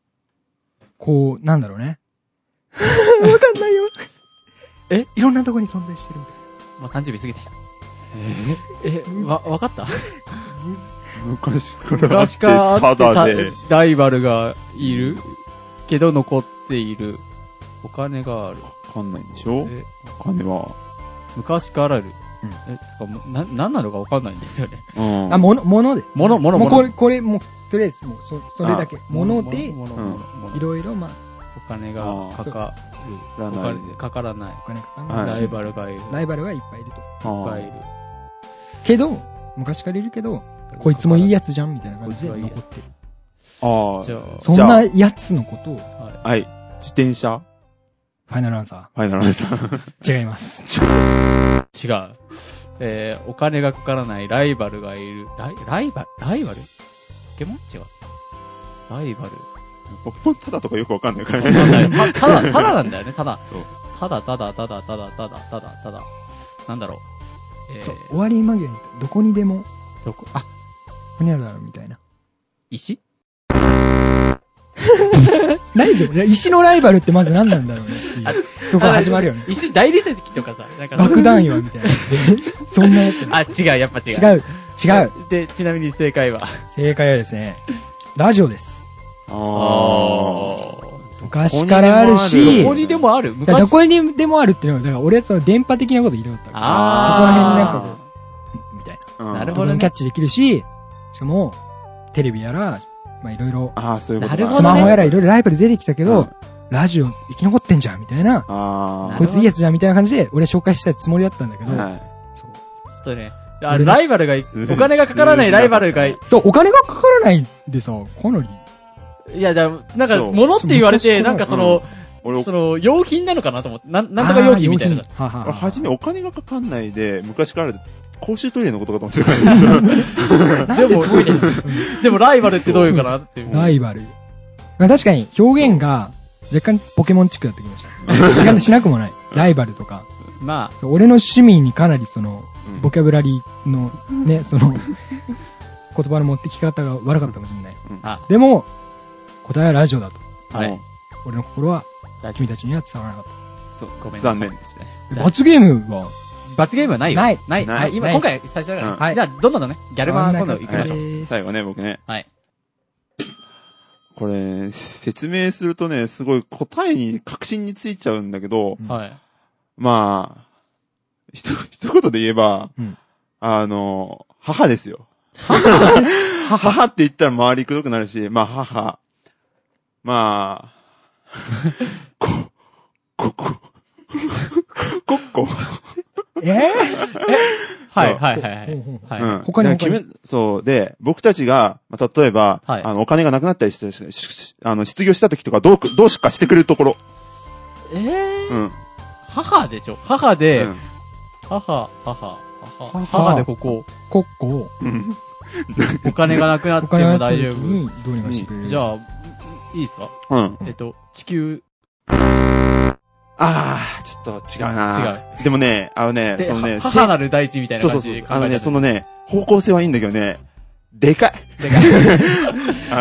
B: こう、なんだろうね。 わかんないよ。
A: え
B: いろんなとこに存在してるみたい
A: もう30秒過ぎたよ。えー、わ、わか った
C: 昔からあっ
A: 昔
C: て、
A: からあ
C: た
A: って
C: だ
A: た
C: で、
A: ライバルがいるけど残っている。お金がある。
C: わかんないんでしょ
A: え
C: お金は。
A: 昔からある。
B: うん
A: え、つか、もうな、なんなのかわかんないんですよね。
C: うん。
B: な。あ、もの、ものです。
A: ものもの
B: もう
A: もの
B: これ、これ、もう、とりあえず、もう、そ、それだけ。もので、
A: もの
C: うん
A: ものもの
B: いろいろ、まあ、
A: お金がかかる。
C: あー
A: お金かからない。
B: お金かかん
C: は
B: ないい
A: ラ
B: し
A: イバルがいる。
B: ライバルがいっぱいいると。
C: あー
A: がいる。
B: けど、昔からいるけど、こいつもいいやつじゃん、みたいな感じで
A: こいつはいいやつ
B: 残ってる。
C: あ
A: じゃ
C: ー。
A: あ、
B: そんなやつのことを、フ
A: は
C: はい。自転車
B: ァイナルアンサ
C: ファイナルアンサー。
B: ー。違います。
A: い違う。えー、お金がかからないライバルがいる。ライ、ライバルライバルポケモン違う。ライバル。
C: ポケモンタダとかよくわかんないから
A: わかんないたただ、ただなんだよね、ただ。
C: そう。
A: ただ、ただ、ただ、ただ、ただ、ただ、ただ。なんだろう。え
B: そう
A: ー、
B: 終わり間際に、どこにでも、
A: どこ、あ、
B: ほにゃららみたいな。
A: 石
B: 何でもね、石のライバルってまず何なんだろうねっていうとこ始まるよね。
A: 石大理石とかさ、なんかさ
B: 爆弾岩みたいな。そんなやつ。
A: あ、違う、やっぱ違う。
B: 違う、違う。。
A: で、ちなみに正解は。
B: 正解はですね、ラジオです。
C: あ
B: 昔からあるし、
A: どこにでもある
B: じゃあど
A: 昔。
B: こにでもあるっていうのは、だから俺はその電波的なこと言いたかったわ
A: あー。
B: ここら辺になんかけみたいな。
C: あ。
A: なるほど
B: どこ
A: ね
B: でもキャッチできるし、しかも、テレビやら、まあいろいろ、
C: ああ、そういうこと
A: なるほどね
B: スマホやらいろいろライバル出てきたけ
C: うん
B: ど、ラジオ生き残ってんじゃんみたいな、
C: あ
B: こいついいやつじゃんみたいな感じで、俺は紹介したつもりだったんだけ
C: あ。
B: ど、
C: はい。
B: そう
A: ちょっとね、あライバルがい、お金がかからないライバルがい、
B: そう、お金がかからないんでさ、かなり。
A: いや、だなんか、
C: そう
A: 物って言われ
B: そう
A: て、なんかその、
C: 俺、
A: その、用品なのかなと思って、なん、なんとか用品みたいな
B: あ。ー。用品は
C: 俺
B: はは
C: 初めお金がかかんないで、昔からある公衆トイレのことかと思ってたからね
A: でも、でもライバルってどういうかなっていう。
B: ライバル。まあ確かに表現が若干ポケモンチックだってきました。しかしなくもない。ライバルとか。
A: ま
B: そう俺の趣味にかなりその、
C: うん
B: ボキャブラリーのね、その、言葉の持ってき方が悪かったかもしれない
C: うん
A: あ。
B: でも、答えはラジオだと。
A: あ、はい。
B: 俺の心は
A: ラジ
B: 君たちには伝わらなかっ
A: そう、ごめんなさい。
C: 残念ですね。
B: た。罰ゲーム は、
A: 罰ゲームはないよ。
B: ない。
A: ない。
C: な
A: あ
C: い
A: 今、
B: ない
A: 今回、最初だから、
C: うん
B: はい
A: じゃあ、どんどんね、ギャルマン今度行きましょう。
B: う
C: 最後ね、僕ね。
A: はい。
C: これ、説明するとね、すごい答えに確信についちゃうんだけど、
B: うん
A: はい。
C: まあ、ひと、一言で言えば、
B: うん
C: あの、母ですよ。母母って言ったら周りくどくなるし、まあ母。まあ、こ、こ、こ、こっこ。
B: え
A: はい、はい、はい
B: ーうんうん
A: はい。
C: う
A: はい。
C: ん。
B: 他に
C: だから決めそう。で、僕たちが、まあ、例えば、
A: はい
C: あの、お金がなくなったりして、ししあの、失業した時とか、どうく、どうしかしてくれるところ。
A: えー
C: うん。
A: 母でしょ母で、
C: うん
A: 母、母、母、
B: 母
A: 母でここ、
B: コッコを、
C: うん。
A: お金がなくなっ
B: お
A: て
B: 金
A: も
B: があっ
A: 大
B: た時
A: 丈夫。
B: にどうにかしてくれる。
A: じゃあ、いいですか
C: うん。
A: えっと、地球、
C: あー、ちょっと違うな。
A: 違
C: 違う。でもね、あのね、
A: で、
C: そのね、
A: は母なる大地みたいな
C: そう
A: 感
C: そうそ
A: じで考。
C: う
A: え
C: あのね、
A: た
C: そ
A: の。
C: のね、方向性はいいんだけどね、でかい。
A: でか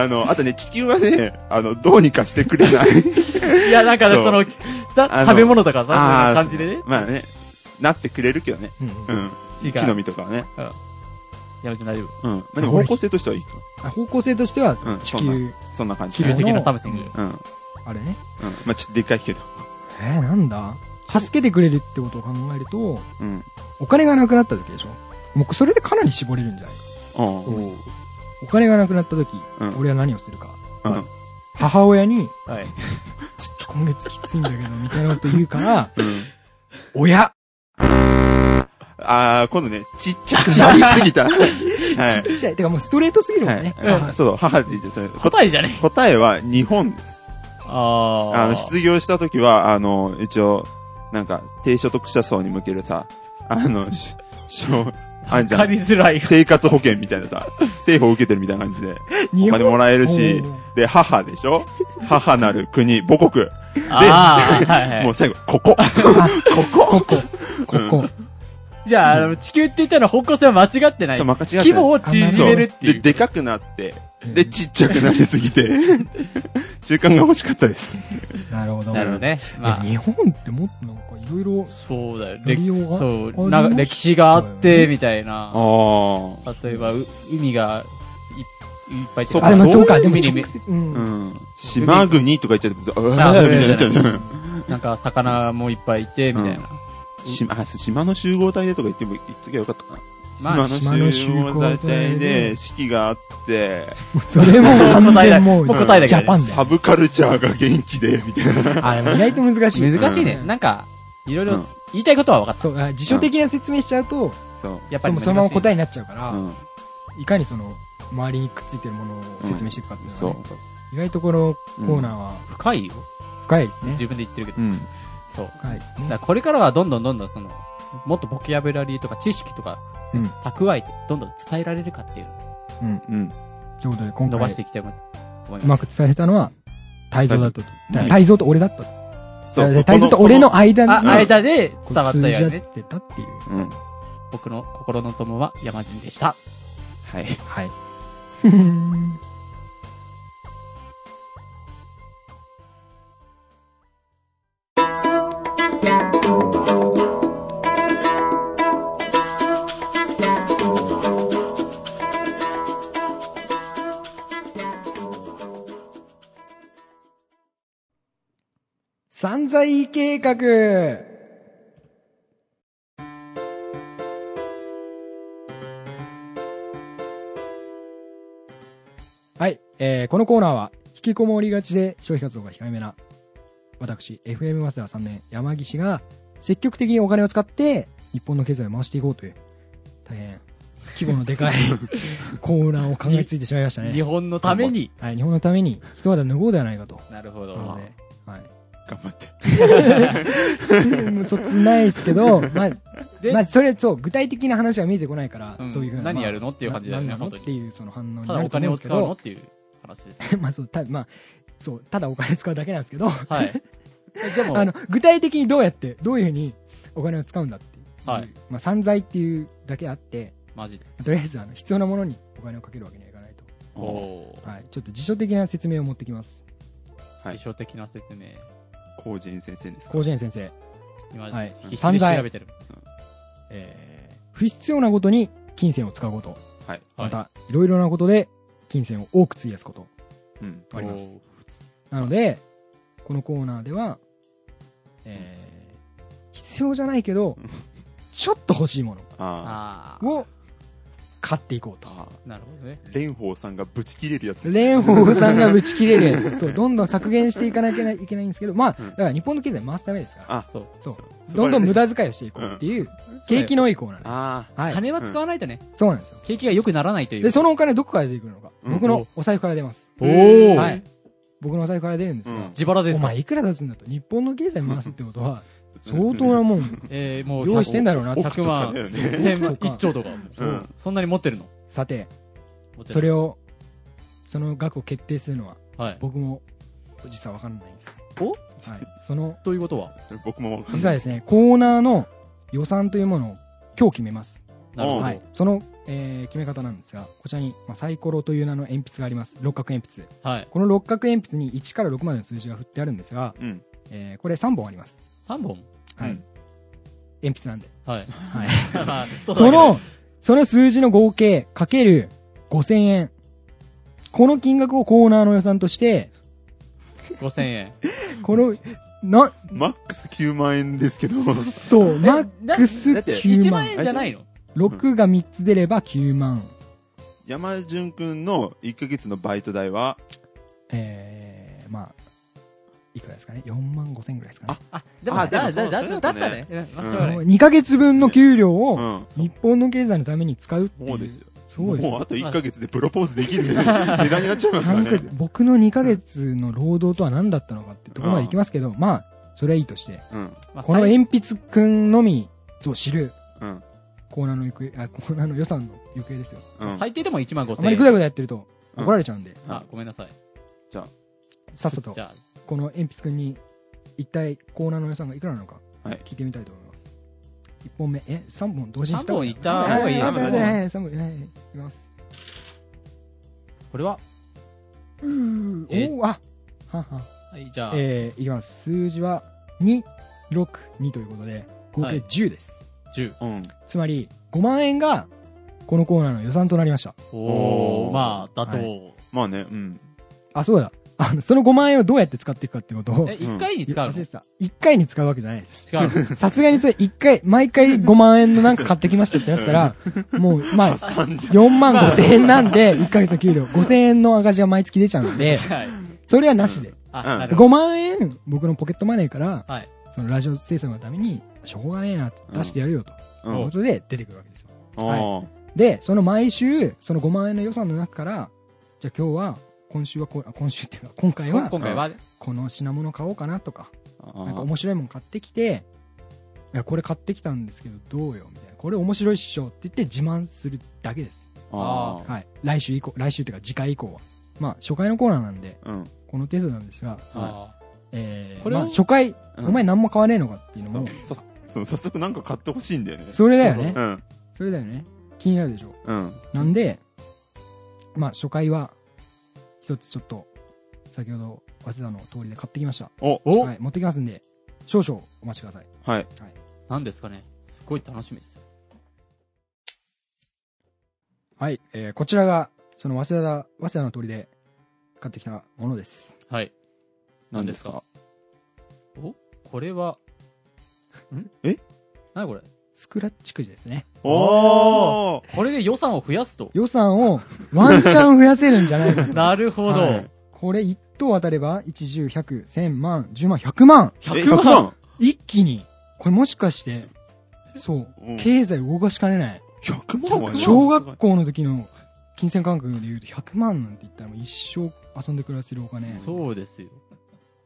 C: あの、あとね、地球はね、あの、どうにかして くれない。
A: いいや、なんかね
C: そう
A: その、
C: あ
A: だ
C: の
A: 食べ物とかさ、そん
C: あ
A: な
C: ー
A: 感じでね。
C: まあね、なってくれるけどね。
B: うんうん
C: うん。
A: 違う。
C: 木の実とかはね。
A: やめて大丈夫。
C: うん。まあでも方向性としてはいいか。
B: 方向性としては
C: うん、
B: 地
C: そん
B: 球、
C: そんな感じ。
A: 地球
C: うん。
B: ね
C: うん。
A: 的なサムシング。
C: ま
B: あれね。
C: あ、ちでかいけど。
B: えー、なんだ助けてくれるってことを考えると、
C: うん。
B: お金がなくなった時でしょもうそれでかなり絞れるんじゃないか。
C: うん。
B: お金がなくなった時、
C: うん
B: 俺は何をするか。
C: うん
B: 母親に、
A: はい。
B: ちょっと今月きついんだけど、みたいなこと言うから、
C: うん。
B: 親
C: あー、今度ね、ちっちゃくなりすぎた。はい。
B: ちっちゃい。てかもうストレートすぎるもんね。
C: は
B: あ
C: い。そう、母でいいじゃんそれ。こ
A: 答えじゃね
C: 答えは日本です。
A: あー。
C: あの、失業した時は、あの、一応、なんか、低所得者層に向けるさ、あの、し、しょ、あんじゃ
A: わか
C: ん。
A: りづらい。
C: 生活保険みたいなさ、政府を受けてるみたいな感じで、お
B: 日
C: 金もらえるし
B: おー、
C: で、母でしょ母なる国、母国。
A: あー、はいはい
C: もう。最後、ここここ
B: ここ、ここ。
A: じゃあ、あの地球って言ったのは方向性は間違ってない
C: そう、。間違ってない
A: 規模を縮めるって
C: で、
A: いう。
C: でかくなって、で、ちっちゃくなりすぎて、中間が欲しかったです。
B: なるほど。
A: なるほどね。まあ
B: いや、日本ってもっとなんかいろいろ、
A: そうだよね。
B: 利用が
A: そう、な
B: ありましたよね
A: 歴史があって、みたいな。
C: あ
A: 例えば、う海がいいっぱいって
C: そう
A: か
C: あでもそう
B: か
A: 海
B: でも
A: にめ
B: 直接う
C: あ。
B: ん
C: うん。島国とか言っちゃって、うわ
A: あ
C: ー
A: それ
C: みたいになっちゃう
A: じゃ
C: じ
A: な
C: ゃん。
A: なんか魚もいっぱいいて、みたいな。
C: 島、あ島の集合体でとか言っても、言っときゃよかったかな。
A: まあ、
C: 島の集合
B: 島の集合体で
C: 体で、式があって、
B: それも完
A: 答えだ
B: 全もう、
A: もう答えだけ
B: ジ
A: だ
B: ャ
A: ね
B: パンだ
C: サ
B: よ。
C: ブカルチャーが元気で、みたいな。
B: あ、でも意外と難しい。
A: 難しいね。
B: うん
A: なんか、いろいうろ
C: ん
A: 言いたいことは分かった。
B: そう、あ辞書的な説明しちゃうと、
C: そう。
A: やっぱ
B: そ
A: り
B: のそのまま答
A: え。
B: えになっちゃうから、
C: うん。
B: いかにその、周りにくっついてるものを説明していくかっていうの
C: そ
B: はね、意外とこのコ
C: う。
B: ーナーは
A: 深いよ。
B: 深いですね。
A: 自分で言ってるけど
C: う。ん。
A: そう。
B: 深いです
A: だ
B: ね
A: からこれからはどんどんどんどんその、もっとボキャブラリーとか知識とか、
B: うん
A: 蓄えて、どんどん伝えられるかっていう
C: うん。
B: ということで、今
A: のを伸ばし
B: 回
A: ていきたいなと思いうま。
B: ますく伝えたのは、泰造だったと。
C: うん
B: 泰造と俺だったと。
C: そう。
B: 泰造と俺の間に、
A: あ、
B: うん
A: 間で伝わった
B: 通じ合
A: よ
B: っ
A: ね。
B: てたっていう。
C: この。うん。
A: 僕の心の友は山人でした。
C: はい。
B: はい。 散財計画はい、えー、このコーナーは、引きこもりがちで消費活動が控えめな、私、FM マスター3年、山岸が、積極的にお金を使って、日本の経済を回していこうという、大変、規模の でかいコーナーを考えついてしまいました
A: 日
B: ね。
A: 本のために。
B: はい、日本のために、一肌脱ごうではないかと。
A: なるほ
B: なの
A: ど。
B: で、はい。
C: 頑張って。
B: そつないですけ ど、まあ、
A: で、
B: まあ、それ、そう、具体的な話が見えてこないから、
A: うん
B: そういうふうな。
A: 何やる
B: っ
A: のっていう感じだよね、本当
B: って
A: に。
B: いう、その反応になる
A: た
B: と
A: だお金
B: 思うんで
A: を
B: すけ
A: 使うの
B: ど
A: っ、ていう話ですね。
B: まあ、そう、た、まあ、そう、ただお金使うだけなんですけど、
A: はい。えでも、
B: あの、具体的にどうやって、どういうふうにお金を使うんだっていう。
A: はい
B: まあ、散財っていうだけあって、
A: マジで。
B: とりあえず、あの、必要なものにお金をかけるわけにはいかないと。
A: おおー。
B: はい。ちょっと辞書的な説明を持ってきます。
C: はい
A: 辞書的な説明。
C: コージン先生ですか
B: 高次元先生。
A: 今、
B: はい
A: 必死で調べてる。
B: えー、不必要なことに金銭を使うこと。
C: はい。
A: は
B: ま
A: い
B: た、いろいろなことで金銭を多く費やすこと。
C: うん。
B: ありま
A: お
B: す。
A: ー
B: なので、このコーナーでは、えー、必要じゃないけど
C: うん、
B: ちょっと欲しいも
A: あ
C: あ
A: あ。
B: のを買っていこうと。
C: あ。
A: なるほどね。
C: 蓮舫さんがぶち切れるやつですね。
B: 蓮舫さんがぶち切れるやつ。そう、どんどん削減していかなきゃいけないんですけど、まあ、
C: うん
B: だから日本の経済回すためですから、
C: あ
A: そう。
B: そう
C: そう、
B: どんどん無駄遣いをしていこうっていう、景気のいいコーナーで
C: あ
B: す。はい。
A: 金は使わないとね、
B: そうなんですよ。
A: 景気が良くならないという。
B: で、そのお金どこから出てくるのか。
C: うん
B: 僕のお財布から出ます。
A: おー
B: はい。僕のお財布から出るんです
C: う
B: が
C: ん、
A: 自腹で
B: お
A: すか
B: 前いくら出すんだと。日本の経済回すってことは、
C: あ。
B: 相当なもん
A: えー、もう
B: 用意してんだろうな
A: 100 100
B: と
C: 億とか
A: 万、
C: だよね
A: 1000万、
B: 億とか
A: 1兆とか。
C: うんうん
A: そんなに持ってるの
B: さて、
A: 持って
B: そ
A: る
B: れを、その額を決定するのは、
A: はい。
B: 僕も、実はわかんないんです。
A: お
B: はい。その、
A: ということは
C: それ僕もわかん
B: 実は
C: ない。
B: ですね、コーナーの予算というものを今日決めます。
A: なるほど。
B: は
A: はいい。。
B: その、えー決め方なんですが、こちらに、まあ、サイコロという名の鉛筆があります。六角鉛筆。この六角鉛筆に1から6までの数字が振ってあるんですが、
C: うん。
B: えーこれ3本あります。
A: 3本
B: はい。
C: うん
B: 鉛筆なんで。
A: はい。
B: はい。
A: まあ そうだ
B: そ
A: けど
B: の、その数字の合計かける5000円。この金額をコーナーの予算として、
A: 5000円。
B: この、な、
C: マックス9万円ですけど。
B: そう、マックス
C: だって
B: 9
A: 1万
B: 万。
A: 円じゃないの
B: 6が3つ出れば9万。
C: 山淳くんの1ヶ月のバイト代は、
B: えー、まあ、いくらですかね ?4 万5千ぐらいですかね。
A: あ、でも、
C: あでも
A: だ、
C: そ
A: だ、
C: う
A: だ
C: そうい、う
A: だ
C: こ
A: っ
C: と
A: た
C: ね
A: ね。うんまあ、しょうがない。
B: 2ヶ月分の給料
C: う
B: を
C: ん。
B: 日本の経済のために使うっていう。
C: もうですよ。
B: そうです
C: もう
B: よ。
C: あと1ヶ月でプロポーズできる値段になっちゃいますから
B: 三ヶ月
C: ね。
B: 僕の2ヶ月の労働とは何だったのかってとこまでいきますけど、まあ、それはいいとして、
C: うん。
A: まあ
B: この鉛筆くんのみを知る
C: うん。
B: コーナーの行方、あ、コーナーの予算の行方ですよ。
C: うん。
A: 最低でも1万
B: あ
A: 5000
B: まりぐ
A: 円。
B: だぐだやってると
C: うん
B: 怒られちゃうんで、
A: あ、ごめんなさい。
B: さっさと
A: じ、ゃ
B: この鉛筆くんに一体コーナーの予算がいくらなのか
C: はい、
B: 聞いてみたいと思います。 1本目、え、3本同時に
A: 三本いった方がいいよ
B: はいはいはいはい、3本、はい、いきます。
A: これは
B: うー、
A: え
B: おー、あ、はんはん。
A: はい、じゃあ、
B: えー、いきます。数字は、2、6、2ということで、合
A: は
B: 計
A: い
B: 10です。
A: 10。
C: うん。
B: つまり、5万円が、このコーナーの予算となりました。
A: お
C: お
A: ー、
C: ー
A: まあ、妥当。
B: は
C: まあね、うん。
B: あ、そうだ。あの、その5万円をどうやって使っていくかってことを
A: え、。1回に使う
B: 忘れてた。1回に使うわけじゃないです。
A: の違う。
B: さすがにそれ1回、毎回5万円のなんか買ってきましたってなったら、 もう、まあ、
C: 3じゃん。
B: 4万5千円なんで、1ヶ月の給料、5千円の赤字が毎月出ちゃうんで、
A: はい。
B: それはなしで。
A: あ、
C: うん
A: なるほ
B: 5万円、僕のポケットマネーから、
A: はい
B: そのラジオ制作のために、しょうがねえなって出してやるよと、
C: う。
B: いうんことで出てくるわけですよ。
C: あ
B: で、その毎週、その5万円の予算の中から、じゃあ今日は、今週はこ、あ今週っていうか、今回
A: ど。
B: は
A: こ、今回は、はい
B: この品物買おうかなとか、
C: あ。
B: なんか面白いもん買ってきて、いや、これ買ってきたんですけど、どうよみたいな。これ面白いっしょって言って自慢するだけです。
C: ああ。
B: はい。来週以降、来週というか次回以降は。まあ、初回のコーナーなんで、
C: うん。
B: この程度なんですが、
A: あ
B: えー、
A: これを
B: まあ、初回、
C: うん
B: お前何も買わねえのかっていうの
C: そ
B: も
C: う、そそう早速なんか買ってほしいんだよね。
B: それだよね
C: う。ん。
B: それだよね。気になるでしょ。
C: うん。
B: なんで、まあ、初回は、一つちょっと、先ほど、早稲田の通りで買ってきました。
C: お、
A: お
B: はい、持ってきますんで、少々お待ちください。
C: はい。
A: 何ですかね。すごい楽しみです。
B: はい、えー、こちらが、その、早稲田、早稲田の通りで買ってきたものです。
A: はい。
C: 何ですか
A: おこれは、ん
C: え
A: なにこれ
B: スクラッチくじですね。
C: おー
A: これで予算を増やすと。
B: 予算をワンチャン増やせるんじゃないかと。
A: なるほど。
B: はいこれ一等当たれば、一十、百、千万、十万、百万
C: え
A: 100万
B: 一気にこれもしかして、そう、
C: うん
B: 経済を動かしかねない。
C: !100 万はね
B: 小学校の時の金銭感覚で言うと100万なんて言ったらもう一生遊んで暮らせるお金。
A: そうですよ。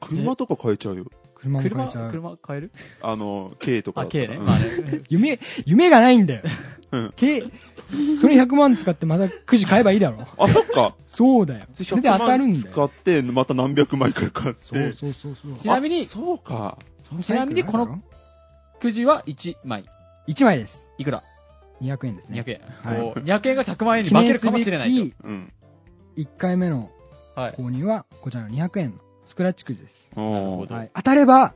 C: 車とか買えちゃうよ。
B: 車も買
A: 車、
B: えちゃう。
A: 車買える
C: あの、K とか
A: あ、
C: だったら。
A: K ね。
C: うん
A: まあね。
B: 夢、夢がないんだよ
C: うん。
B: けそれ100万使ってまたくじ買えばいいだろ。
C: あ、そっか。
B: そうだよ。それで当たるんだよ。
C: 100万使って、また何百枚か買って。
B: そうそうそうそう。
A: ちなみに
C: あそうか。
A: ちなみにこのくじは1枚。
B: 1枚です。
A: いくら
B: 200円ですね。
A: ?200 円。
B: はい
A: おー200円が100万円に負けるかもしれないと。
C: うん。
B: 1回目の
A: はい。
B: 購入はこちらの200円のスクラッチくじです、
A: なるほ
C: おー
A: ど。
B: はい、当たれば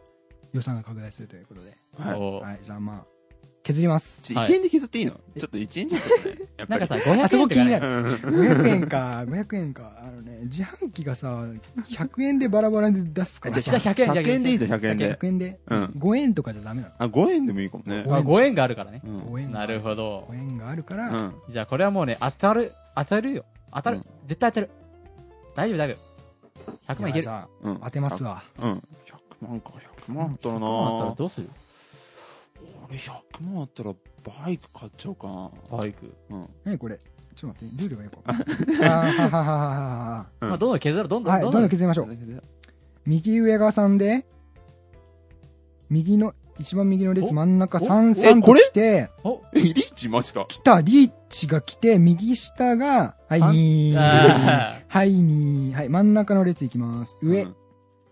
B: 予算が拡大するということで、
C: はい。
A: おー
B: はい、じゃあまあ削ります
C: ち1円で削っていいのちょっと1円じゃちょっとね。やっ
A: な
C: ぱ
A: んか
C: り
A: さ、。500円
B: あそこと気
A: か
B: にな
A: ね。
B: る
C: うん
B: 500円か500円かあのね自販機がさ100円でバラバラで出すから
A: じゃあ
B: さ
A: 100円、
C: 100円でいい
A: ぞ。
C: じゃん、100円で。
B: 100円で
C: うん。
B: 5円とかじゃダメな
C: あ、5円でもいいかもね。
A: まあ5円があるからね。
C: うん。
B: の5円
A: なるほど
B: 5。円があるか
C: う
B: ら
C: ん。
A: じゃあこれはもうね、当たる、当たるよ。当た
C: う
A: る
C: ん。
A: 絶対当たる。大丈夫、大丈夫。100万いけ
B: じ
A: る。
B: ゃ
C: うん
B: あ当てます。わ
C: うん。100万か、100万あったらな
A: どうなったらどうする
C: 俺100万あったらバイク買っちゃおうかな。
A: バイク。
C: うん。
B: 何これちょっと待ってルールがよくわかんないあーははははは
C: うん
A: まあ、どんどん削ろう。どんど
B: はは
A: ん、
B: い
A: ど
B: ど
A: んどん
B: んどん。削りましょう右上が3で、右の、一番右の列真ん中
C: お
B: 3、
C: え
B: 3
C: ことれ
B: 来て、
A: お
C: え、リッチマジか。
B: 来た、リーチが来て、右下が、はい、
A: 三
B: 2、は
A: あ
B: い、2、はい、真ん中の列いきます。上、
C: うん。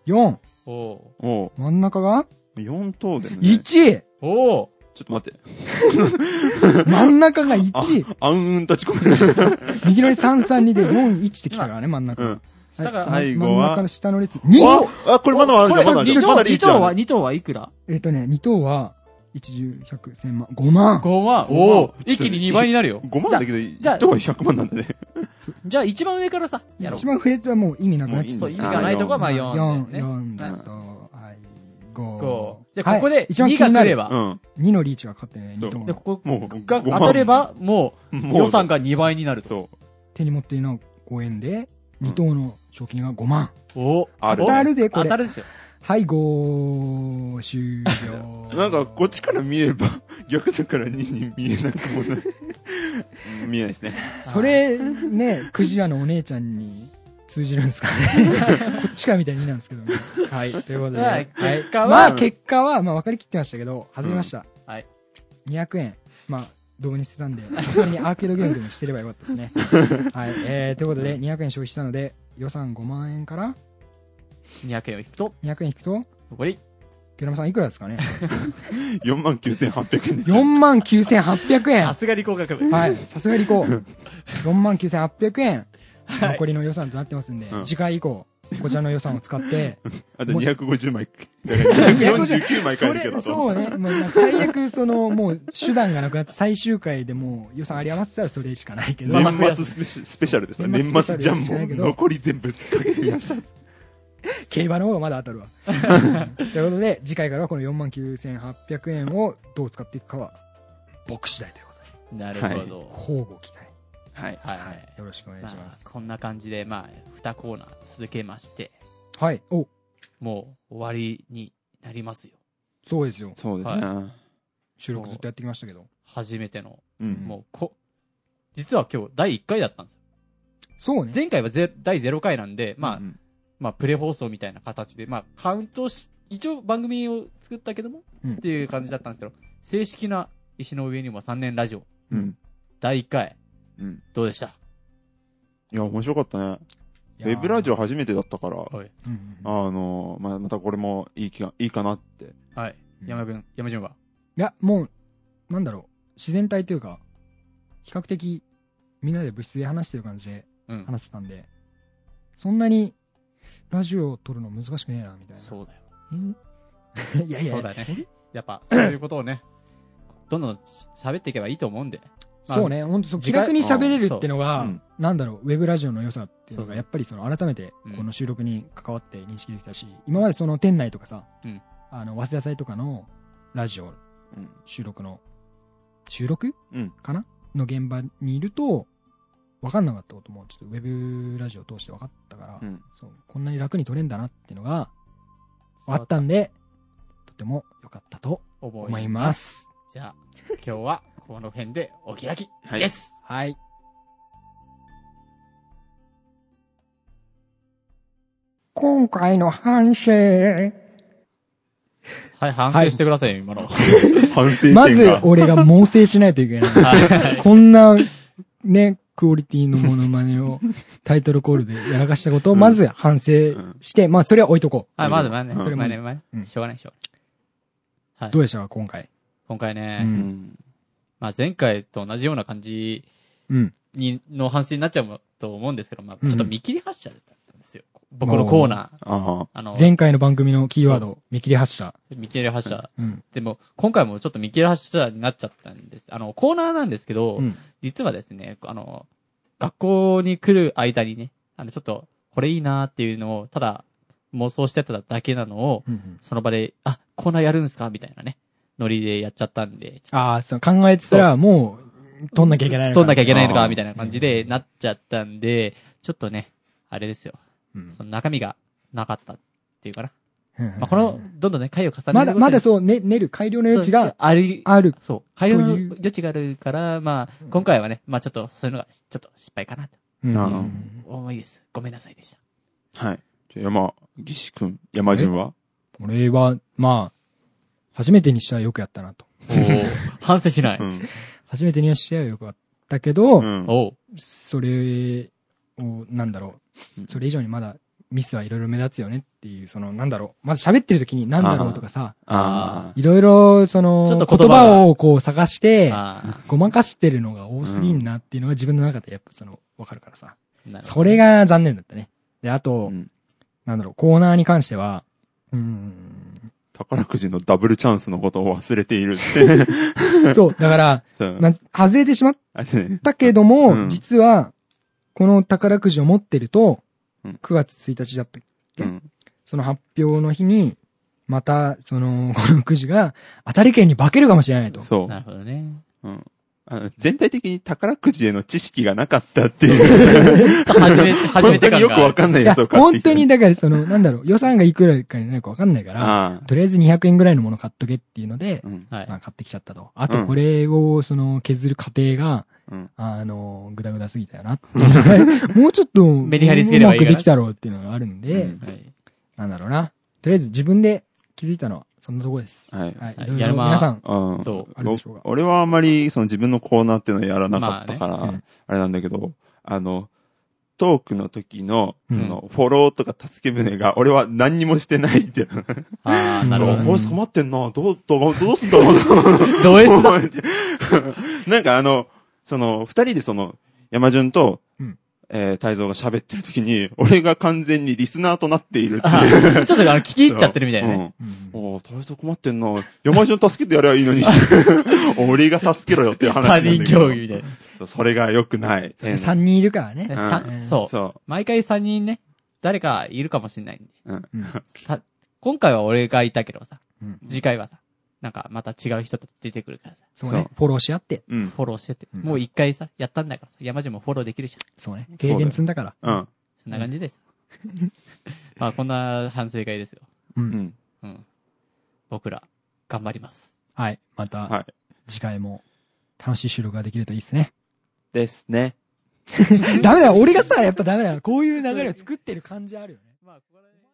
B: 4、
A: ーお
C: おう
B: 真ん中が、
C: 4等だよね。
B: 1!
A: ーお
C: ちょっと待って。
B: 真ん中が 1!
C: あうんうん立ち込める。
B: 右の列3、3、2で、4、1って来たからね、真ん中。
C: うん。
B: はい
A: 下が
B: 真ん
C: 最後は
B: 真ん中の下の列、2!
C: あ、あ、これまだあるじゃん、まだあるじゃん。まだリー
A: 2
C: チあ
A: 等
C: る
A: は、2等はいくら
B: えっとね、2等は、1、10、100、1000万、5
A: ?5 万。
B: 万
C: 五万
A: おー一気に2倍になるよ。
C: 5万だけど、1
A: じゃあ
C: 等は100万なんだね。
A: じゃあ一番上からさ、やろう
B: 一。番増えたらもう意味なくなっちゃった
A: そう、意味がないとこはまあ
B: 四四
A: 4だよね。
B: 四だと、はい、
A: こ
B: 5
A: う。じゃあここで
B: 一番
A: 2
B: 気に
A: が
B: な
A: 来れ
B: る
A: ば。
C: うん。
B: 2のリーチが勝ってね、
C: そう
B: 2と
A: で、
B: も
A: ここ
C: もう、
A: が
C: 5万
A: 当たれば、もう
C: もう
A: 予算が2倍になると。
C: そう。
B: 手に持っているのは5円で、
C: うん
B: 2等の賞金が5万。
A: おー
C: ある。
A: お
B: 当たるで、こ
A: 当
B: れ
A: た。るですよ。
B: はい、5、終了
C: なんか、こっちから見れば、 逆だから2に見えなくもない。うん見えない ですね。
B: そ れ、ね、クジラのお姉ちゃんに通じるんですかね。こっちからみたいになんですけどね。はい、ということで。
A: はい結果は
B: まあ、結果は、まあ、分かりきってましたけど、外れまし
A: う
B: た。
A: んはい。
B: 200円。まあ、どうに捨てた んで、普通にアーケードゲームでもしてればよかったですね。はい。えー、ということで、200円消費したので、予算5万円から
A: 200円を引くと、
B: 200円引くと、
A: 残り
B: ケラマさんいくらです かね
C: 4万9800円ですよ。
B: ?4 万9800
A: さ
B: 円
A: すが理工学部。
B: はい、さすがに こう。4万9800円、
A: はい
B: 残りの予算となってますんで、
C: うん
B: 次回以降、こちらの予算を使 って、
C: あと250枚。249枚買え
B: そ
C: るけ
B: れ、
C: ど。
B: そうね。 もうなんか最悪、その、もう手段がなくなって、最終回でもう予算あり余ってたらそれしかないけど、
C: 年末スペシスペシャルですね。
B: 年
C: 年
B: 末ス
C: 末
B: ペ
C: ジ
B: シャ
C: ャ
B: ルしかないけ
C: ン
B: ど
C: ボ。残り全部かけてみました。
B: 競馬の方がまだ当た るわ。うんということで、次回からはこの4万9800円をどう使っていくかは、僕次第ということで、
A: なるほど。
B: 交互期待。
C: はい。
A: はい。
B: よろしくお願い
A: ま
B: しま
A: あ
B: す。
A: こんな感じで、まあ、2コーナー続けまして、
B: はい。お、
A: もう終わりになりますよ。
B: そうですよ。
C: そうですね。
B: 収録ずっとやってきましたけど。
A: 初めての。
C: うん。
A: もう、こ、実は今日第1回だったんですよ。
B: そうね。
A: 前回はゼ第0回なんで、まあ
C: う、ん
A: まあ、プレ放送みたいな形で、まあ、カウントし、一応番組を作ったけども、
B: うん
A: っていう感じだったんですけど、正式な石の上にも3年ラジオ、
C: うん。
A: 第1回、
C: うん。
A: どうでした
C: いや、面白かったね。ウェブラジオ初めてだったから、
A: はい。
B: オ。うんうん
C: あの、まあ、またこれもいい気が、いいかなって。
A: はい。
B: うん
A: 山君、山順はい
B: や、もう、なんだろう。自然体というか、比較的、みんなで部室で話してる感じで
A: うん。
B: 話せたんで、そんなに、ラジオを撮るの難しくねえな、みたいな。
A: そうだよ。
B: え いやいや、
A: そうだね。やっぱ、 そういうことをね、どんどん喋っていけばいいと思うんで。まあ
B: そう。ね、本当そう
A: 時
B: 気
A: 間
B: 楽に喋れるっての
C: う
B: が
C: ん、
B: なんだろう、ウェブラジオの良さっていう
A: そ
B: の
A: う
B: が、やっぱりその改めて
A: うん
B: この収録に関わって認識できたし、今までその店内とかさ
A: うん、
B: あの、早稲田祭とかのラジオ
C: うん。
B: 収録の、収録
C: うん
B: かなの現場にいると、分かんなかったことも、ちょっとウェブラジオを通して分かったから、
C: うん。
B: そうこんなに楽に撮れんだなっていうのが分かったんで、とても良かったと
A: 思
B: 思
A: い
B: い
A: ま。
B: ますす。
A: じゃあ、今日は、この辺でお開き
C: はい
A: です。
B: はい。今回の反省。
A: はい、反省してくださいよ、今の。
C: 反省点が。
B: まず、俺が猛省しないといけない。こんな、ね、クオリティのモノマネをタイトルコールでやらかしたことを、まず反省して、まあ、それは置いとこ
A: はい、まだまだね、
C: うん
A: それまでね
B: う、ん
A: しょうがない、しょうがな
B: う。
A: い。
B: どう
A: はい。
B: でしたか、今回。
A: 今回ね、
B: う。
C: うんん。
A: まあ前回と同じような感じ
B: うん。
A: に、の反省になっちゃうと思うんですけど、まあちょっと見切り発車だったんですよ。僕
B: お
A: の
B: ー
A: コーナー。
C: あ
A: あの、
B: 前回の番組のキーワード、見切り発車。
A: 見切り発車。
B: うん。
A: でも、今回もちょっと見切り発車になっちゃったんです。あの、コーナーなんですけど、
B: うん
A: 実はですね、あの、学校に来る間にね、あの、ちょっと、これいいなーっていうのを、ただ、妄想してただけなのを、
B: うん。
A: その場で、あ、コーナーやるんすかみたいなね、ノリでやっちゃったんで、
B: ああ、そう、考えてたら、もう、撮んなきゃいけないの
A: 取んなきゃいけないの
C: あ
A: か、
C: ー
A: みたいな感じでなっちゃったんで、ちょっとね、あれですよ。
B: うん
A: その中身がなかったっていうかな。
B: うん
A: まあ、この、どんどんね、回を重ねる
B: まだ、まだ
A: う、
B: そう、ね、練る改良の余地
A: そう
B: が
A: ある、
B: ある。
A: そう、改良の
B: という
A: 余地があるから、まあ、今回はね、まあちょっと、そういうのが、ちょっと失敗かなと
B: うん
C: あ
A: 思いです。ごめんなさいでした。
C: あ。はい。じゃあ山、岸くん、山順は
B: 俺は、まあ、初めてにしてはよくやったなと。
A: お反省しない。
C: ん。
B: 初めてにしてはよくやったけど、
C: うん。
A: おう
B: それを、なんだろ
C: うん
B: う、それ以上にまだミスはいろいろ目立つよねっていう、その、なんだろう、まず喋ってる時になんだろうとかさ、
C: あ
B: いろいろ、その、
A: ちょっ
B: 言
A: と言葉が
B: 葉をこう探して、
A: あ
B: ごまかしてるのが多すぎんなっていうのが自分の中でやっぱその、わかるからさ。
A: あ、なるほど
B: それが残念だったね。で、あ
C: あ。
B: と、
C: うん
B: なんだろう、コーナーに関しては、うーん。
C: 宝くじのダブルチャンスのことを忘れているって。
B: そう、だから、
C: そう
B: な外れてしまっ
C: あれね。
B: たけども、
C: うん
B: 実は、この宝くじを持ってると、
C: うん
B: 9月1日だった。
C: うん。
B: その発表の日に、また、その、このくじが、当たり券に化けるかもしれないと。
C: そう
A: な。るほどね。
C: うんあの全体的に宝くじへの知識がなかったっていう。
A: ちょっと初めて、 初めて
C: 本当に
A: 感
C: よくわ
A: が。
C: かんない
B: い
C: や
B: や、
C: つを買って
B: 本
C: きて
B: 当に、。だから、その、なんだろう、予算がいくらかになるかわかんないから、
C: ああ。
B: とりあえず200円ぐらいのもの買っとけっていうので、
C: うん。
A: はい
B: まあ、買ってきちゃったと。あと、
C: うん
B: これを、その、削る過程が、
C: うん
B: あの、ぐだぐだすぎたよなっていう。もうちょっと、
A: メリハリつければいいか
B: う
A: な
B: まくできたろうっていうのがあるんで、
C: うん
A: はい
B: なんだろうな。とりあえず自分で気づいたのは、そんなとこです。
C: はい。
B: はい。
A: はい
B: いろい
A: やる
B: ろ
A: ま
B: 皆さん、
C: うん
A: どう
B: あるでしょうが
C: お俺はあまりその自分のコーナーっていうのをやらなかったから、
A: ま
C: あ
A: あね
B: うん
C: れなんだけど、あの、トークの時の、
B: うん
C: その、フォローとか助け舟が、俺は何にもしてないって。
A: ああ、なるほ
C: そう、
A: ど。
C: これ困ってんな。どう、どう、どうすんだろうな。
A: ド S だ。
C: なんかあの、その、二人でその、山順と、
B: うん
C: えー、太蔵が喋ってる時に、俺が完全にリスナーとなっているっていう
A: あーちょっとあの、聞き入っちゃってるみたいなね。
B: うん
C: うんおー太蔵困ってんな。山順助けてやればいい のに。俺が助けろよっていう
A: 他
C: 話なん
A: 人
C: だけど。
A: 競技で。
C: そうそれが良くない。
B: 三人いるから
A: ね
B: ね。
A: さ
B: うん
A: そう。
C: そ
A: 毎回3人ね、誰かいるかもしれないんで。
B: うん
A: さ今回は俺がいたけどさ、
B: うん
A: 次回はさ、なんかまた違う人と出てくるからさ、
B: そうね
C: そう。
B: フォローし合って。
C: う。うん。
A: フォローしてって。
B: うん
A: もう一回さ、やったんだからさ、山順もフォローできるじゃん。
B: そうね。
C: そうだよ
B: 経験積んだから。
C: うん。
A: そんな感じです。まあこんな反省会ですよ。
B: う
C: うんん。
A: うん。僕ら、頑張ります。
B: はい。ま
C: は
B: た
C: い、
B: 次回も楽しい収録ができるといいですね。
C: ですね。
B: ダメだよ。俺がさ、やっぱダメだよ。こういう流れを作ってる感じあるよね。
A: まあここら辺